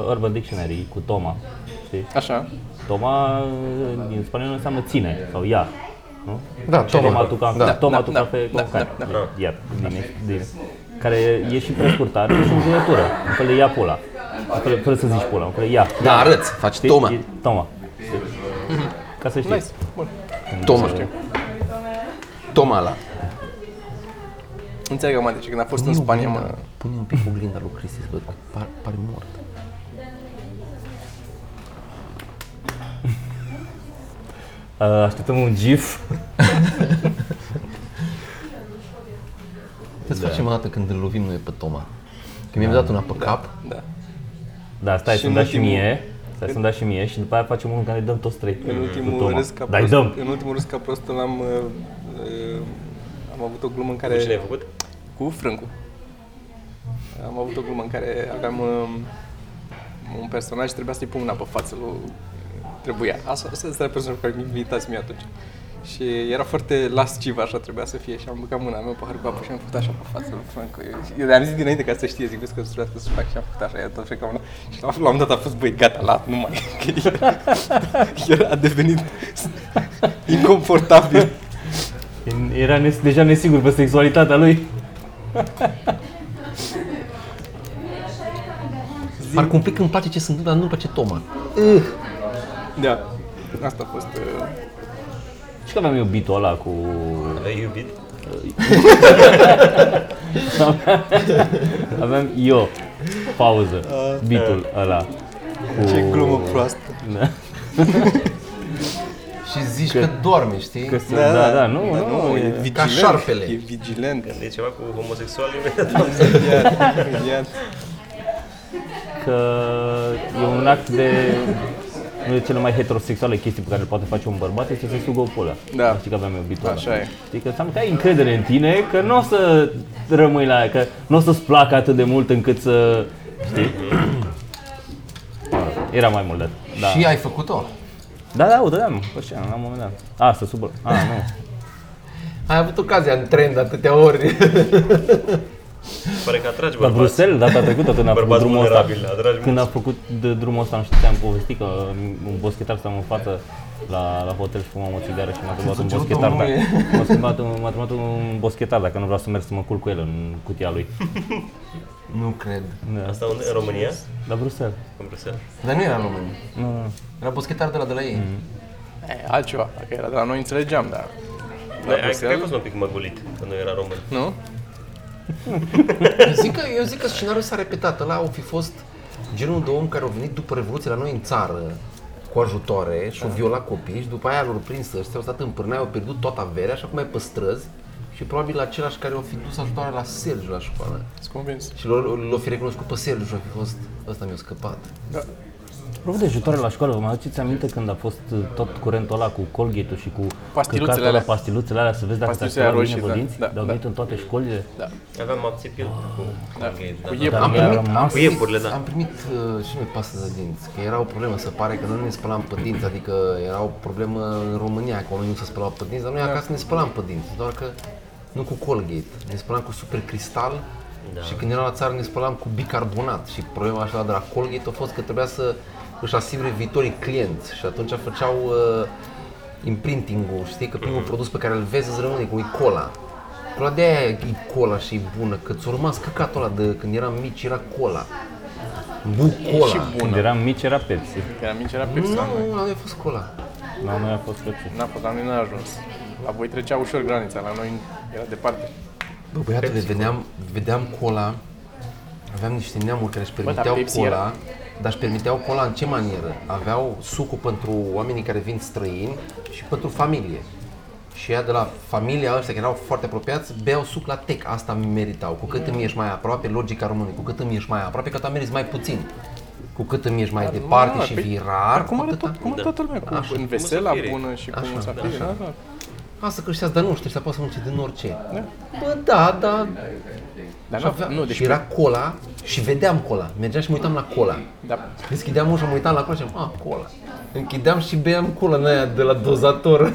S1: Urban Dictionary cu Toma, știi?
S4: Așa.
S1: Toma în spaniolă înseamnă ține sau ia. Nu?
S3: Da,
S1: Toma
S3: Toma.
S1: tu cafe,
S3: Da,
S1: Toma
S4: da,
S1: tu
S4: da,
S1: cafe,
S4: da,
S1: con carne.
S4: da,
S1: Ia, din, din, care e și prescurtat, e și în jurătură, un fel de ia pula. Un fel- Fără să zici pula, un fel de ia.
S3: Da, arăți, faci
S1: Știi?
S3: Toma.
S1: E Toma. știi? Ca să știi.
S4: Nice, bun.
S3: Toma. Tomala.
S4: Înțeleg acum de ce, când a fost în Spania, mă...
S1: da.
S3: Pune un pic oglinda lui Cristi, să văd că par, pare mort.
S1: Uh, Așteptăm un gif.
S3: Trebuie să
S1: Da.
S3: facem o dată când îl lovim noi pe Toma. Când mi-am dat una pe cap,
S4: Da.
S1: Da, stai
S4: Și
S1: să-mi
S4: în
S1: dai și
S4: ultimul-
S1: mie. Stai să-mi dai și mie și după aia facem unul în care îi dăm toți trei.
S4: În
S1: Mm-hmm. Cu
S4: ultimul
S1: Toma.
S4: râs ca
S1: Dar îi
S4: prost,
S1: dăm.
S4: în ultimul râs ca prost l-am... uh, uh, Am avut o glumă în care...
S2: Cu cine ai făcut?
S4: Cu frâncul. Am avut o glumă în care aveam um, un personaj și trebuia să-i pun una pe față lui... Trebuia. Asta, asta era personajul pe care mi-l invitați mie atunci. Și era foarte lasciv, așa trebuia să fie. Și am băgat mâna mea pe harul cu apă și am făcut așa pe față lui Franco. Eu, eu le-am zis dinainte ca să știe, zic, vezi că îți trebuia să fac și am făcut așa, i-a tot frică mâna. Și la un moment dat a fost, băi, gata, la, nu mai. Că era, era a devenit inconfortabil.
S1: Era nes- deja nesigur pe sexualitatea lui.
S3: parcă un pic îmi place ce se întâmplă, dar nu-mi place Toma.
S4: Da. Asta a fost... Uh,
S1: Și că aveam eu bitul ăla cu...
S2: Ai iubit?
S1: Aveam eu, pauză, bitul ăla. Cu...
S4: ce glumă proastă.
S3: Și zici că, doarme, știi?
S1: Că se- da, da, nu,
S4: Da,
S1: nu,
S4: e
S1: e...
S4: vigilant.
S3: Ca șarpele.
S4: E vigilent.
S2: Când e ceva cu homosexual, imediat am
S4: Imediat, imediat.
S1: că e un act de... Unul de cele mai heterosexuale chestii pe care le poate face un bărbat este să sugă o pulă.
S4: Da.
S1: Știi că aveam eu bitul ăla.
S4: Așa e.
S1: Știi că înseamnă că ai încredere în tine, că nu o să rămâi la aia, că nu o să-ți placă atât de mult încât să... Știi? Era mai mult de atât. Da.
S3: Și ai făcut-o.
S1: Da, da, o dădeam, pe scenă, la un moment dat. Ah, Asta, sub... A, nu.
S3: Ai avut ocazia în tren de atâtea ori.
S2: pare că atragi
S1: La
S2: bărbați.
S1: Bruxelles, data trecută, când a făcut
S2: Bărbați
S1: drumul ăsta,
S2: vulnerabili, da. atragi
S1: când a
S2: mulți.
S1: făcut de drumul ăsta, nu știu, am povestit că un boschetar stăm în față la, la hotel și fumam o țigară și m-a întrebat un boschetar,
S4: domnule?
S1: dacă, m-a, întrebat, un- m-a întrebat un boschetar dacă nu vreau să merg să mă culc cu el în cutia lui.
S3: Nu cred.
S1: Da.
S2: Asta unde? În România?
S1: La Bruxelles.
S2: În Bruxelles.
S3: Dar nu era în România.
S1: Nu, nu, Mm. nu.
S3: Era boschetar de la de la ei.
S4: E, altceva, dacă era de la noi înțelegeam, dar... Păi,
S2: Da, ai, că ai
S4: Bruxelles?
S2: fost un pic măgulit, că nu era român.
S4: Nu?
S3: Eu zic că, eu zic că scenariul s-a repetat. Ăla au fi fost genul de om care au venit după Revoluție la noi în țară cu ajutoare și au violat copii și după aia l-au prins ăștia, au stat în pârnaie, au pierdut toată averea și acum e pe străzi și probabil același care au fi dus ajutoare la Sergiu la școală.
S4: Sunt convins.
S3: Și l-au l-au fi recunoscut pe Sergiu și au fi fost, ăsta mi-a scăpat.
S1: Apropo de ajutoare la școală, vă mai aduceți aminte când a fost uh, tot curentul ăla cu colgate și cu
S4: Pastiluțele
S1: căcatul ăla,
S4: alea.
S1: pastiluțele alea, să vezi dacă ți-a
S4: Pastiluțele
S1: scăpat bine
S4: roșii,
S1: pe
S4: da,
S1: dinți,
S4: da,
S1: dar au
S4: da.
S1: venit în toate școlile.
S2: Aveam apțipil cu Colgate, da.
S4: Cu iep.
S1: Dar
S3: Am
S1: mi-a
S3: primit-
S1: rămas
S2: Cu iepurile, da.
S3: Am primit uh, și noi pastă de dinți, că era o problemă, se pare că noi nu ne spălam pe dinți, adică era o problemă în România, că oamenii nu se spălau pe dinți, dar noi acasă ne spălam pe dinți, doar că nu cu Colgate, ne spălam cu super cristal și când eram la țară ne spălam cu bicarbonat și problema așa de la Colgate a fost că trebuia să își asigure viitorii clienți și atunci făceau uh, imprinting-ul, știi, că primul produs pe care îl vezi îți rămâne cum e cola. Cola de aia e cola și e bună, că ți-a rămas căcatul ăla de când eram mici, era cola. Bucola.
S4: Și
S1: Când
S4: bună.
S1: eram mici era Pepsi.
S4: Că eram mici, era
S3: Nu,
S4: Pepsi. la noi.
S3: nu, nu, a fost cola.
S1: La noi a fost Pepsi.
S4: N-a fost, la noi n-a ajuns. La voi trecea ușor granița, la noi era departe.
S3: Bă, băiatule, vedeam, vedeam cola, aveam niște neamuri care își
S4: dar
S3: permiteau
S4: Pepsi
S3: cola,
S4: era.
S3: dar își permiteau cola în ce manieră? Aveau sucul pentru oamenii care vin străini și pentru familie. și ea de la familia ăștia, care erau foarte apropiați, beau suc la tec. Asta meritau. Cu cât îmi ești mai aproape, logica română, cu cât îmi ești mai aproape, că tu meriți mai puțin. Cu cât îmi ești mai departe și
S4: păi,
S3: vii
S4: Dar
S3: rar,
S4: cum
S3: cu
S4: are
S3: atâta-
S4: tot, da. cum are toată lumea, cu
S3: Așa.
S4: în vesela
S2: Musafiri.
S4: bună și cu
S3: Așa,
S4: musafiri,
S3: așa.
S4: da, da.
S3: Asta că ăștia, dar nu știu, să poate să mănânce din orice. Bă, da, da.
S4: Dar
S3: Și, avea,
S4: nu, nu, deci,
S3: și era cola și vedeam cola. Mergeam și mă uitam la cola.
S4: da,
S3: Deschideam ușa, mă uitam la cola și am, ah, cola. Închideam și beam cola în aia de la dozator.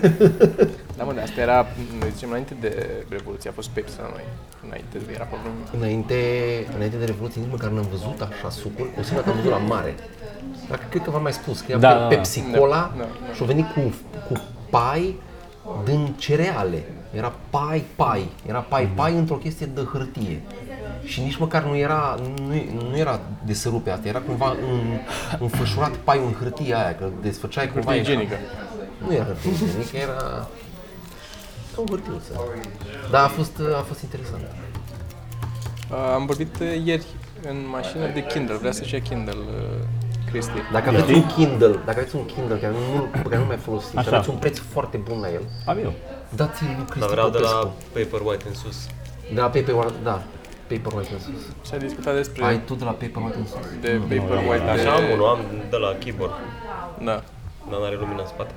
S4: da, mă, dar asta era, noi zicem, înainte de Revoluție, a fost Pepsi la noi, înainte, era pe vremea.
S3: înainte, înainte de Revoluție nici măcar n-am văzut așa sucuri, o singură dată am văzut la mare. Dar cred că v-am mai spus, că era
S1: Da,
S3: da,
S1: da, da.
S3: Pepsi Cola
S4: Da,
S3: și au venit cu, cu pai din cereale. Era pai, pai, era pai,
S1: Mhm.
S3: pai într-o chestie de hârtie. Și nici măcar nu era, nu, nu era de sărupe asta, era cumva în, înfășurat pai în hârtie aia, că desfăceai cumva...
S4: Hârtie igienică.
S3: Nu era hârtie igienică, era... Ca o hârtiuță. Dar a fost, a fost interesant.
S4: Uh, am vorbit uh, ieri în mașină de Kindle, vrea să-și ia Kindle, uh, Cristi.
S3: Dacă aveți un Kindle, dacă aveți un Kindle care nu, pe care nu mai folosiți,
S1: Așa.
S3: Așa. aveți un preț foarte bun la el,
S1: Am eu.
S3: dați-l lui
S2: Dar
S3: Cristi
S2: vreau de la
S3: Popescu.
S2: Paperwhite în sus.
S3: De la Paperwhite, da. Paperwhite în sus.
S4: S-a discutat despre
S3: Ai tu de la Paperwhite în sus?
S4: de Paperwhite. de-
S2: Așa am unul, am de la keyboard,
S4: Da.
S2: dar nu are lumina în spate.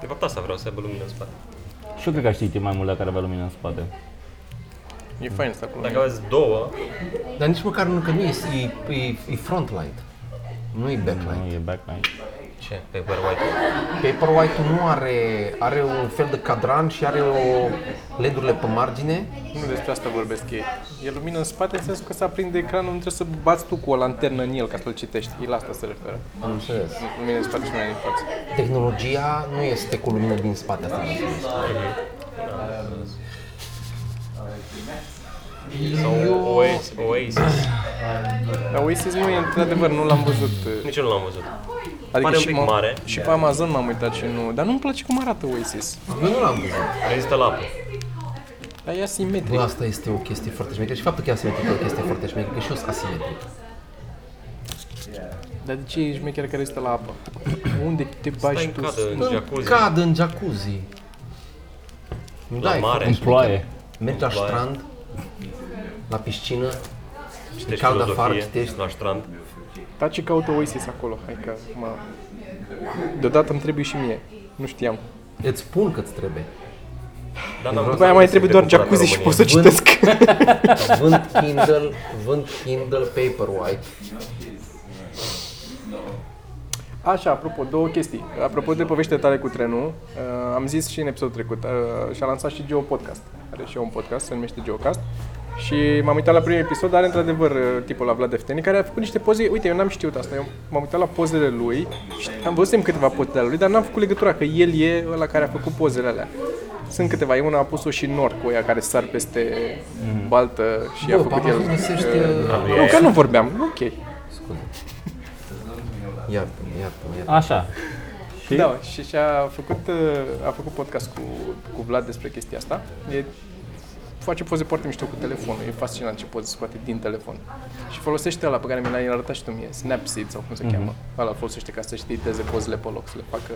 S2: De fapt asta vreau, să aibă lumina în spate.
S1: Și eu cred că aș citi mai mult dacă ar avea lumină în spate.
S4: E fain să acolo.
S2: Dacă aveți două,
S3: Dar nici măcar nu, că nu e, e, e, e front light. Nu e backlight.
S1: Nu e backlight.
S2: ce? Paperwhite.
S3: Paperwhite-ul nu are, are un fel de cadran și are o LED-urile pe margine.
S4: Nu despre asta vorbesc ei. E lumină în spate în sensul că se aprinde ecranul, nu trebuie să bați tu cu o lanternă în el ca să-l citești. El la asta se referă.
S3: Am înțeles.
S4: Lumină în spate și lumina din față.
S3: Tehnologia nu este cu lumină din spate asta. vreau să zic.
S2: Sau Oasis. Oasis.
S4: Dar Oasis nu e, într-adevăr, nu l-am văzut. uh,
S2: Nici eu nu l-am văzut.
S4: Adică
S2: Pare un
S4: și,
S2: pic
S4: m-am-
S2: mare.
S4: și pe Amazon m-am uitat și nu... Dar nu-mi place cum arată Oasis.
S3: Eu nu l-am văzut.
S2: Rezistă la apă.
S4: Dar e
S3: Bă,
S4: asimetric.
S3: asta este o chestie foarte șmecheră și faptul că e asimetric e o chestie foarte șmecheră, că e și eu sunt asimetric.
S4: Dar de ce e șmecher care stă la apă? Unde te
S2: Stai
S4: bagi
S2: în
S4: tu?
S2: cadă, în jacuzzi.
S3: Cad în jacuzzi. Da, e
S2: mare.
S3: foarte
S2: În
S3: șmecher.
S1: ploaie.
S3: Mergi la
S2: În ploaie.
S3: strand, la piscină,
S2: Citești
S3: cald afară,
S2: filozofie
S3: citești.
S2: la strand.
S4: Dar ce caută Oasis acolo? Hai că mă... Deodată îmi trebuie și mie. Nu știam.
S3: îți spun că-ți trebuie.
S1: Da,
S2: Dar n-am
S4: După aia mai trebuie doar jacuzzi și pot să citesc.
S3: Vând Kindle, vând Kindle Paperwhite.
S4: Așa, apropo, două chestii. Apropo de poveștile tale cu trenul, uh, am zis și în episodul trecut, uh, și-a lansat și Geo Podcast. Are și eu un podcast, se numește Geocast. Și m-am uitat la primul episod, dar are într-adevăr uh, tipul la Vlad Efteni, care a făcut niște poze. Uite, eu n-am știut asta, eu m-am uitat la pozele lui și am văzut câteva poze ale lui, dar n-am făcut legătura că el e ăla care a făcut pozele alea. Sunt câteva, e una a pus-o și nor cu ea care sar peste baltă și a
S3: Mhm. Bă, pe
S4: făcut el.
S3: Amazon găsești...
S4: uh,
S3: uh,
S4: Nu, că nu vorbeam, ok.
S3: Scuze. Iartă-mă, iartă-mă, iartă-mă.
S1: Așa. Și?
S4: Da, și și-a făcut, uh, a făcut podcast cu, cu Vlad despre chestia asta. E, face poze foarte mișto cu telefonul, e fascinant ce poze scoate din telefon. Și folosește ăla pe care mi l-ai arătat și tu mie, Snapseed sau cum se mm-hmm. cheamă. Ăla îl folosește ca să-și editeze pozele pe loc, să le facă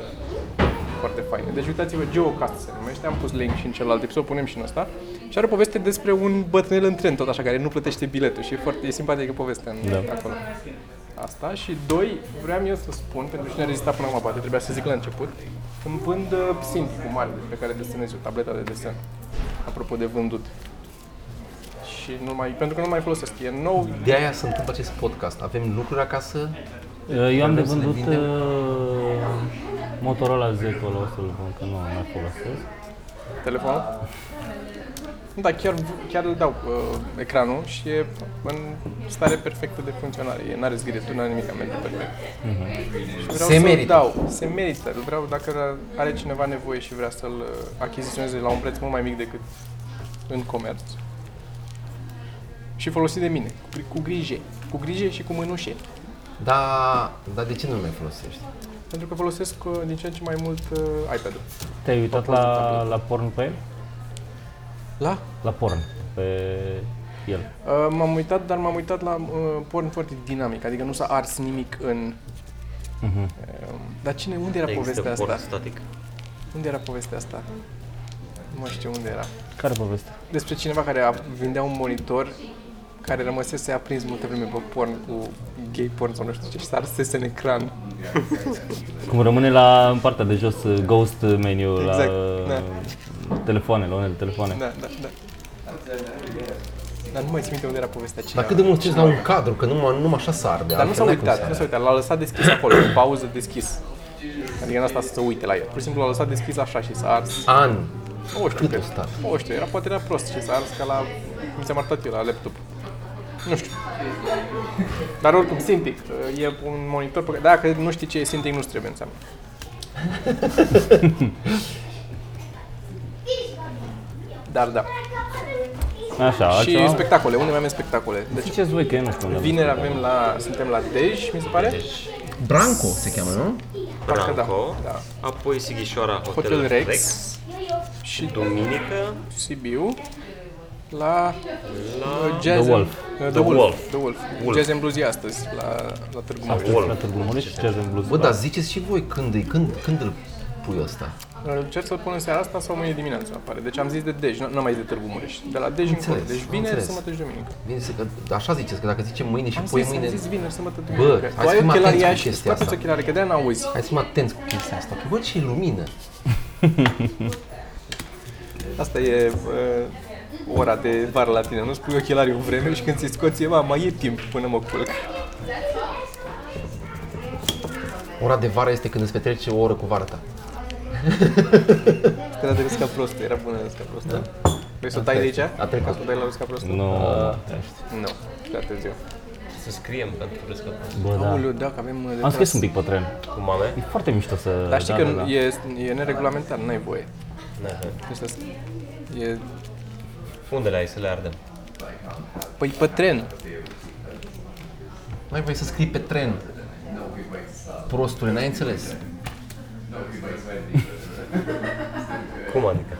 S4: foarte faine. Deci uitați-vă, Geocast se numește, am pus link și în celălalt episod, punem și în ăsta. Și are o poveste despre un bătrânel în tren, tot așa, care nu plătește biletul și e foarte e simpatică povestea în, da. acolo. Asta și doi, vreau eu să spun, pentru cine a rezistat până acum, poate trebuia să zic la început, îmi vând uh, Cindy cu mare pe care desenez eu, tableta de desen, apropo de vândut. Și nu mai, pentru că nu mai folosesc, e nou,
S3: De aia se întâmplă acest podcast. Avem lucruri acasă,
S1: Eh, Eu am de
S3: Vrem să le
S1: vândut
S3: vindem?
S1: uh, Motorola Z-ul ăla, o să-l vând, că nu mai folosesc.
S4: telefonul. Da, chiar, chiar îl dau uh, ecranul și e în stare perfectă de funcționare. E, n-are zgârieturi, n-are nimic, merge perfect. Și
S3: Mhm.
S4: Vreau
S3: Se
S4: să-l
S3: merită.
S4: dau, se merită. Îl vreau dacă are cineva nevoie și vrea să-l uh, achiziționeze la un preț mult mai mic decât în comerț. Și folosit de mine, cu, cu grijă, cu grijă și cu mânușe.
S3: dar, dar de ce nu mai folosești?
S4: Pentru că folosesc uh, din ce în ce mai mult uh, iPad-ul.
S1: Te-ai uitat
S4: Sau poți de
S1: la,
S4: tabletă.
S1: la porn pe el?
S4: La?
S1: La porn pe el.
S4: Uh, m-am uitat, dar m-am uitat la uh, porn foarte dinamic, adică nu s-a ars nimic în...
S1: Mhm.
S4: Uh, dar cine, unde era
S2: Există
S4: povestea
S2: port
S4: asta?
S2: static.
S4: Unde era povestea asta? Nu mai știu unde era.
S1: Care poveste?
S4: Despre cineva care a, vindea un monitor care rămăsese aprins multă vreme pe porn cu gay porn sau nu știu ce și s-a arsese în ecran.
S1: Cum rămâne la în partea de jos uh, ghost menu
S4: Exact,
S1: la
S4: da.
S1: da. telefoane, la unele telefoane.
S4: Da, da, da. Dar nu mai țin minte unde era povestea aceea.
S3: Dar cât de mult ți la un cadru, că numai, numai așa s-ar de
S4: Dar nu s-a
S3: altfel n-ai cum
S4: uitat,
S3: să-
S4: nu s-a uitat, l-a lăsat deschis acolo, în pauză deschis. Adică n-a stat să se uite la el. Pur și simplu l-a lăsat deschis așa și s-a ars.
S3: An.
S4: O știu,
S3: Cât
S4: cred.
S3: a stat?
S4: O știu, era poate era prost și s-a ars ca la... Mi s-am arătat eu la laptop. Nu știu. Dar oricum, Cintiq, uh, e un monitor pe care... Dacă nu știi ce e Cintiq, nu-ți trebuie înseamnă. Dar da.
S1: Așa,
S4: și
S1: altceva?
S4: spectacole. Unde mai avem spectacole? Deci,
S1: Ziceți voi că eu nu știu unde am
S4: vineri
S1: văzut.
S4: avem la... Suntem la Dej, mi se pare?
S2: Deci,
S3: Branco se cheamă, nu?
S4: Parcă da.
S2: Branco,
S4: Da.
S2: apoi Sighișoara Hotel,
S4: Hotel Rex.
S2: Rex.
S4: Și
S2: duminică
S4: Sibiu la, la
S1: The Wolf.
S4: The,
S2: The
S4: Wolf.
S2: Wolf.
S4: The Wolf.
S2: Wolf.
S4: Jazz and Blues e astăzi la, la Târgu Mureș.
S1: Astăzi
S2: Wolf.
S1: la Târgu Mureș, Jazz and Blues.
S3: Bă,
S4: da.
S3: dar ziceți și voi când, e- când, când îl pui ăsta.
S4: Uh, Încerc să-l pun în seara asta sau mâine dimineață, apare. Deci am zis de Dej, nu, nu mai zis de Târgu Mureș. De la Dej încolo.
S3: Înțeles,
S4: Deci vineri,
S3: înțeles.
S4: sâmbătă și duminică.
S3: Bine, să- că- așa ziceți, că dacă zicem mâine și
S4: Am
S3: pui
S4: zis,
S3: mâine...
S4: am zis vineri, sâmbătă,
S3: Bă,
S4: duminică.
S3: hai
S4: tu
S3: să
S4: ai
S3: fim
S4: ochelarii
S3: atenți cu
S4: aia și
S3: chestia
S4: scoateți
S3: asta.
S4: ochelarii, că de-aia n-auzi.
S3: Hai să fim atenți cu chestia asta, că bă, ce lumină!
S4: Asta e uh, ora de vară la tine. Nu-ți pui ochelarii o vreme și când ți scoți, e, "Ma, mai e timp până mă culc.
S3: Ora de vară este când îți petreci o oră cu vara ta.
S4: Era de râs ca prostă, era bună râs ca prostă. Vrei să o tai de aici?
S3: Da. A trecut.
S4: Ca să o dai la râs ca prostă? Da.
S1: Nu, mă,
S4: Nu, prea târziu.
S2: Să scriem pentru răscăpare.
S1: bă, da.
S4: Aoleu, da, că avem... uh, de
S1: Am
S4: tras.
S1: scris un pic pe tren.
S2: Cu
S1: E
S2: mame?
S1: foarte mișto să...
S4: Dar știi
S1: da,
S4: că
S1: da, da.
S4: e, e neregulamentar, n-ai voie.
S2: Da.
S4: Deci asta e...
S2: Unde le ai să le ardem?
S4: Păi pe tren.
S3: N-ai voie să scrii pe tren. Prostule, n-ai înțeles.
S2: Cum adică?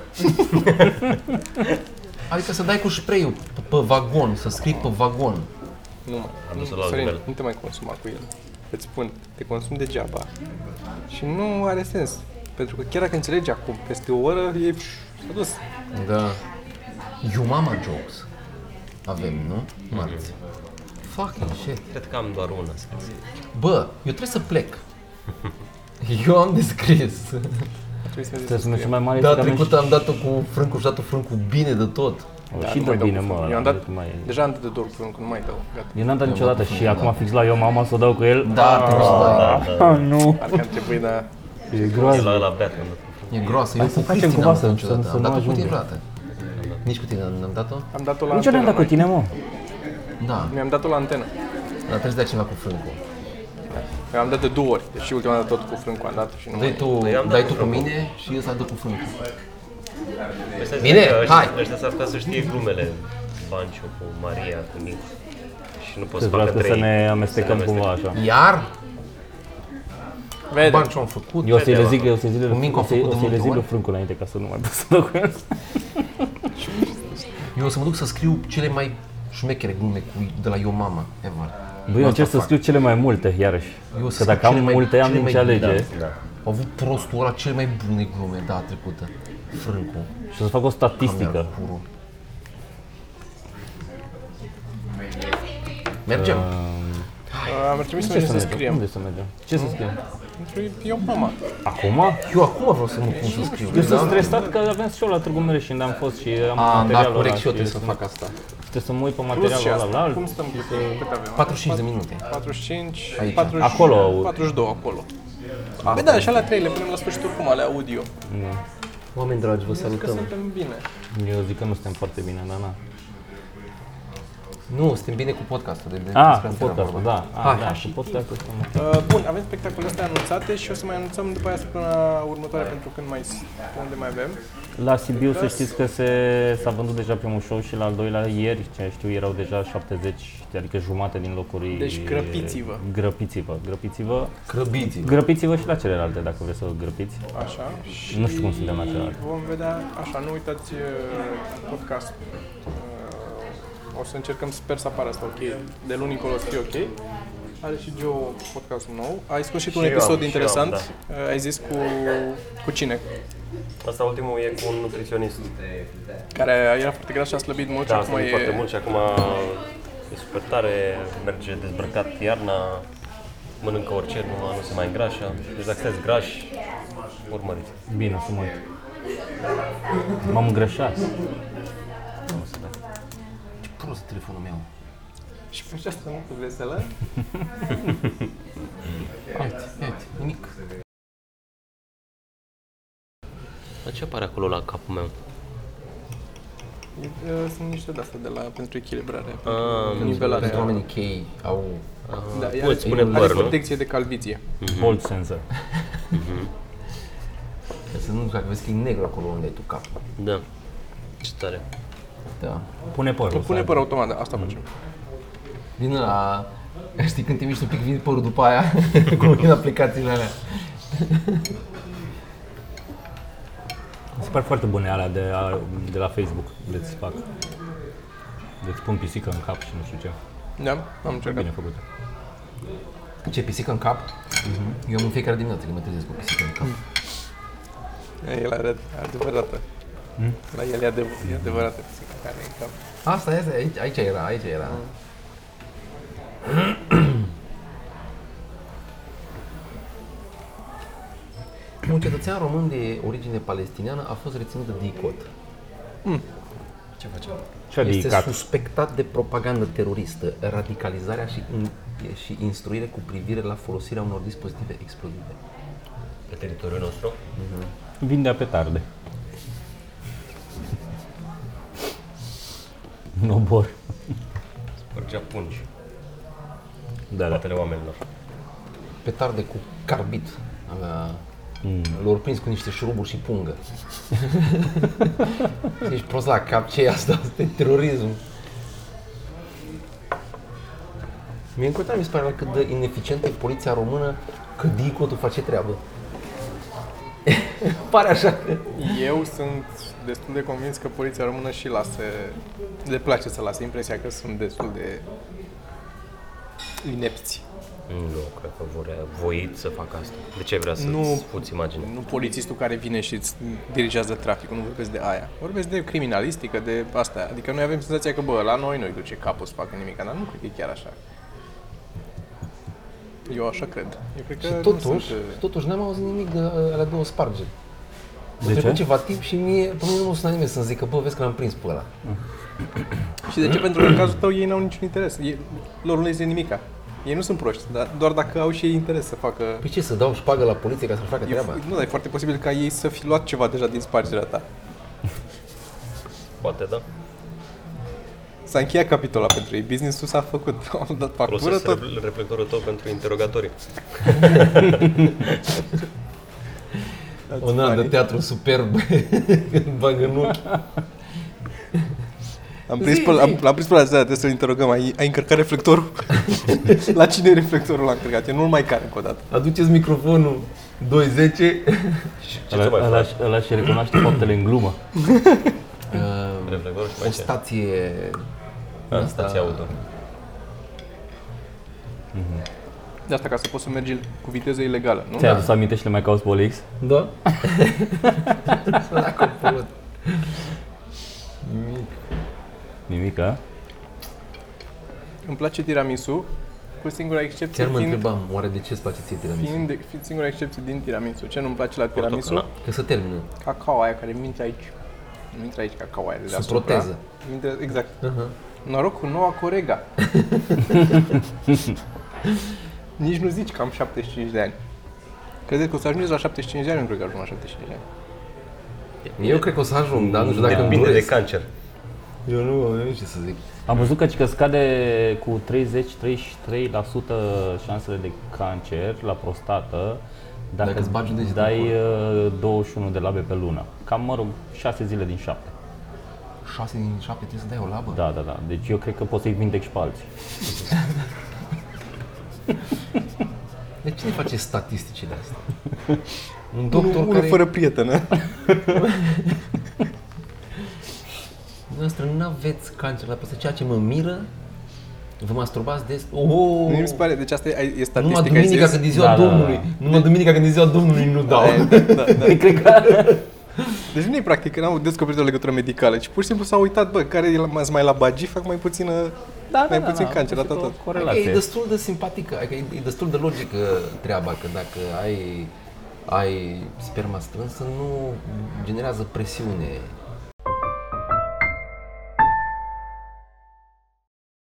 S3: Adică să dai cu spray-ul pe, pe vagon, să scrii pe vagon.
S4: Nu mai.
S2: Am dus-o
S4: nu,
S2: la alt
S4: Sorin,
S2: nivel.
S4: nu te mai consuma cu el. Îți spun, te consumi degeaba. Și nu are sens. Pentru că chiar dacă înțelegi acum, peste o oră e... S-a dus.
S3: Da. You mama jokes. Avem, nu? Marți. Fucking shit.
S2: Cred că am doar una scrisă.
S3: Bă, eu trebuie să plec. Eu am de scris.
S4: Trebuie să
S1: Trebuie să mergem mai mare
S3: Da,
S1: că am
S3: trecută am dat-o cu frâncu și dat-o frâncu bine de tot.
S1: ieșit- Și de bine, mă.
S4: Eu am dat,
S1: nu mai-
S3: deci-
S4: deja am dat de dor cu nu mai dau, gata.
S1: Eu n-am dat niciodată și acum fix la eu mama să o dau cu el.
S3: Da, trebuie să dai.
S1: Ah, nu.
S4: Parcă am trebuit, dar
S1: E
S2: E
S1: groaznic.
S2: la ăla beat am dat.
S3: E groasă, eu cu
S1: facem
S3: Cristina
S1: cumva
S3: am dat
S1: să-
S3: niciodată.
S1: să- să
S3: Am
S1: nu
S3: dat-o cu tine
S1: ajungem.
S3: vreodată. Nici cu tine n-am dat-o?
S4: am dat-o la
S1: Nici eu n-am
S4: antenă
S1: dat cu tine,
S4: noi.
S1: mă.
S3: Da,
S4: Mi-am dat-o la antenă.
S3: dar trebuie să dai ceva cu frâncu.
S4: Eu am dat de două ori, deși ultima dată tot cu frâncu am dat și nu
S3: Dai
S4: mai...
S3: tu,
S1: Păi
S2: am dat
S3: dai
S2: cu
S3: tu cu
S2: frâncu.
S3: mine și eu să aduc cu frâncu.
S2: Păi stai să
S3: Bine,
S2: zic că ăștia-
S3: hai.
S2: Ăștia s-ar putea să știe glumele. Banciu cu Maria, cu Nic. Și nu pot să
S1: Să vreau
S2: facă
S1: că
S2: trei.
S1: să ne amestecăm
S2: amestecăm.
S1: cumva așa.
S3: Iar?
S4: Vede,
S3: Bani ce-am făcut?
S1: Eu o să-i
S2: Vedem,
S1: le zic,
S2: mă.
S1: eu o să-i zic,
S3: Cu Mincu a
S1: o să-i-
S3: făcut
S1: o
S3: de
S1: să-i le
S3: multe
S1: zic lui
S3: ori.
S1: Frâncu înainte ca să nu mai pot să dau cu el.
S3: Eu o să mă duc să scriu cele mai șmechere glume cu, de la Eu Mama, ever.
S1: Băi,
S3: Asta
S1: eu încerc să
S3: fac.
S1: scriu cele mai multe, iarăși.
S3: Eu
S1: Că
S3: scriu
S1: dacă am
S3: cele mai-
S1: multe, am
S3: cele
S1: din ce
S3: mai-
S1: alege.
S2: Da.
S3: Au avut prostul ăla cele mai bune glume data trecută. Frâncu.
S1: Și o să fac o statistică.
S3: Curul. Mergem.
S1: Ah.
S4: am trimis să
S1: Ce
S4: mergem
S1: să mergem?
S4: să scriem. Păi,
S1: Unde să mergem? Ce să scriem?
S4: Eu, mama.
S1: Acum?
S3: Eu acum vreau să mă pun să scriu.
S1: Eu sunt
S3: da?
S1: stresat că aveam și eu la Târgu Mureș și unde am fost și am
S3: Am dat
S1: materialul
S3: corect
S1: ăla
S3: și eu trebuie să
S1: sunt-
S3: fac asta.
S1: Trebuie să mă uit pe
S4: Plus și
S1: materialul ăla la
S4: asta.
S1: alt.
S4: Cum stăm? Cât- Cât avem?
S3: 45 de minute.
S4: 45,
S3: Aici.
S4: 40,
S1: Acolo.
S4: 42 acolo. Bă, da, și la trei le punem la sfârșit oricum, ale audio.
S3: Oameni dragi, vă
S4: Că
S3: salutăm.
S4: suntem bine.
S1: Eu zic că nu suntem foarte bine, da, dar na.
S3: Nu, suntem bine cu podcastul. De, de,
S1: Ah,
S3: despre
S1: cu
S3: asta era
S1: podcastul,
S3: vorba.
S1: da. Ah,
S3: Hai.
S1: da, și podcastul ăsta, mă.
S4: Uh, bun, avem spectacolele astea anunțate și o să mai anunțăm după aia săptămâna următoare pentru când mai pe unde mai avem.
S1: La Sibiu să știți că se, s-a vândut deja primul show și la al doilea ieri, ce știu, erau deja 70, adică jumate din locuri.
S4: Deci grăpiți-vă.
S1: Grăpiți-vă, grăpiți-vă.
S3: Crăbiți.
S1: Grăpiți-vă și la celelalte dacă vreți să grăpiți.
S4: Așa. Și
S1: Nu știu cum suntem la celălalt.
S4: Vom vedea, așa, nu uitați uh, podcast. Uh, o să încercăm, sper să apară asta ok. De luni încolo să fie ok. Are și Joe podcastul nou. Ai scos și tu un
S5: Și eu am,
S4: episod
S5: și eu am,
S4: interesant. Uh,
S5: da.
S4: Ai zis cu, cu cine?
S5: Asta ultimul e cu un nutriționist.
S4: Care era foarte gras și a slăbit mult
S5: Da,
S4: și
S5: a
S4: acum
S5: slăbit
S4: e...
S5: foarte mult și acum e super tare, merge dezbrăcat iarna, mănâncă orice, nu, nu se mai îngrașă. Deci dacă sunteți grași, urmăriți.
S1: Bine, o să mă uit. M-am îngrășat.
S3: Ce prost telefonul meu.
S4: Și pe asta nu cu veselă.
S3: Uite, uite, nimic.
S2: Dar ce apare acolo la capul meu?
S4: E, uh, Sunt niște de-astea de la, pentru echilibrare,
S2: am
S4: pentru nivelare.
S3: Pentru oamenii chei au...
S4: Da, ea
S2: Mulți spune
S4: are
S2: păr, nu?
S4: protecție de calviție.
S1: Bolt sensor.
S3: Ca Să nu știu dacă vezi că e negru acolo unde ai tu capul.
S2: Da. Ce tare.
S3: Da.
S1: Pune părul.
S4: Pune
S1: să-
S4: păr automat, da, asta facem.
S3: Vin la... Știi când te miști un pic, vin părul după aia, cum vin aplicațiile alea.
S1: Mi se par foarte bune alea de, a- de la Facebook, de-ți fac. De-ți pun pisică în cap și nu știu ce.
S4: Da, am încercat.
S1: Bine făcute.
S3: Ce, pisică în cap?
S1: Mhm.
S3: Eu am în fiecare dimineață când mă trezesc cu pisică în cap.
S4: El are adevărată.
S3: Hmm?
S4: La el e, adev- e adevărată pisica care e în cap.
S3: Asta este, aici, aici era, aici era. Un cetățean român de origine palestiniană a fost reținut dicot.
S1: Ce
S3: Este
S1: adică?
S3: suspectat de propagandă teroristă, radicalizarea și, in, și instruire cu privire la folosirea unor dispozitive explozive.
S2: Pe teritoriul nostru?
S1: Vindea petarde. Un obor.
S2: Spărgea pungi.
S1: Da, da.
S2: Spatele oamenilor.
S3: Petarde cu carbid. Avea...
S1: Mm.
S3: L-au prins cu niște șuruburi și pungă. Ești prost la cap, ce e asta? Asta e terorism. Mie încă mi se pare la cât de ineficientă e poliția română că dicotul face treabă. pare așa că...
S4: Eu sunt destul de convins că poliția română și lasă, le place să lase impresia că sunt destul de inepți.
S2: Nu, cred că vor voit să facă asta. De ce vrea să
S4: Nu.
S2: nu. puți imagine?
S4: Nu polițistul care vine și îți dirigează traficul, nu vorbesc de aia. Vorbesc de criminalistică, de asta. Adică noi avem senzația că, bă, la noi nu-i duce capul să facă nimic, dar nu cred că e chiar așa. Eu așa cred. Eu cred că
S3: Și
S4: nu
S3: totuși,
S4: sunt, uh,
S3: totuși n-am auzit nimic de uh, alea două spargeri.
S1: De
S3: Trebuie
S1: ce?
S3: ceva timp și mie, pe mine nu mă sună nimeni să-mi zică, bă, vezi că l-am prins pe ăla.
S4: Și de ce? Pentru că în cazul tău ei n-au niciun interes. Ei, lor nu le zice nimica. Ei nu sunt proști, dar doar dacă au și ei interes să facă...
S3: Păi ce, să dau șpagă la poliție ca să-mi facă
S4: E,
S3: treaba?
S4: nu, dar e foarte posibil ca ei să fi luat ceva deja din spargerea ta.
S2: Poate da.
S4: S-a încheiat capitolul ăla pentru ei. Business-ul s-a făcut. Au dat factură
S2: Folosesc
S4: tot.
S2: tot... reflectorul tău pentru interogatorii.
S3: Un an de teatru superb, când bag în ochi.
S4: Am prins pe, am, l-am prins pe la asta, trebuie să-l interogăm. Ai, ai încărcat reflectorul? la cine e reflectorul l-a încărcat? Eu nu-l mai car încă o dată.
S3: Aduceți microfonul 210.
S2: Ce să mai
S1: Ăla-
S2: faci?
S1: ăla- Ăla și recunoaște faptele în glumă.
S2: Reflectorul și
S3: o
S2: mai ce?
S3: stație...
S2: În stația auto.
S4: De asta ca să poți să mergi cu viteză ilegală, nu?
S1: Ți-ai adus aminte și le mai cauți pe OLX?
S3: Da? Dacă pot. Mic.
S1: Nimic, a?
S4: Îmi place tiramisu, cu singura excepție
S3: Chiar mă
S4: fiind,
S3: întrebam, oare de ce îți place ție tiramisu?
S4: fiind, fiind singura excepție din tiramisu. Ce nu-mi place la tiramisu?
S2: Portocana.
S3: Că să termină.
S4: cacao aia care minți aici. Nu intră aici cacao aia de
S3: Sub
S4: deasupra.
S3: proteză.
S4: Intră, exact.
S3: Aha.
S4: Noroc cu noua corega. Nici nu zici că am 75 de ani. Credeți că o să ajungeți la 75 de ani? Nu cred că ajung la 75 de ani.
S3: Eu cred că o să ajung, dar nu știu dacă îmi
S2: Depinde de
S3: doresc.
S2: cancer.
S3: Eu nu, nu știu ce să zic.
S1: Am văzut că, că scade cu 30-33% șansele de cancer la prostată dacă,
S3: Dacă îți bagi un deget în
S1: dai uh, 21 de labe pe lună. Cam, mă rog, 6 zile din 7.
S3: 6 din 7 trebuie să dai o labă?
S1: Da, da, da. Deci eu cred că pot să-i vindec și pe alții.
S3: De cine face statisticile astea? Un doctor
S4: Unul
S3: care...
S4: fără prietenă.
S3: Dumneavoastră nu aveți cancer la peste ceea ce mă miră Vă masturbați des? Oh!
S4: Nu mi se pare, deci asta e, ai- e
S3: Numai
S4: statistica, ai
S3: duminica
S4: zis?
S3: când e ziua
S1: Da, da, da.
S3: Domnului. Numai duminica când e ziua Domnului nu dau. Păi,
S4: Da, da.
S3: Cred că
S4: Deci nu e practic, că n-au descoperit o legătură medicală, ci pur și simplu s-au uitat, bă, care e la- mai, mai la bagi, fac mai puțină,
S1: Da,
S4: mai puțin cancer,
S1: am
S4: atât,
S1: găsit
S4: atât.
S1: o
S3: Adică e
S1: corelație.
S3: destul de simpatică, adică e e destul de logică treaba, că dacă ai, ai sperma strânsă, nu generează presiune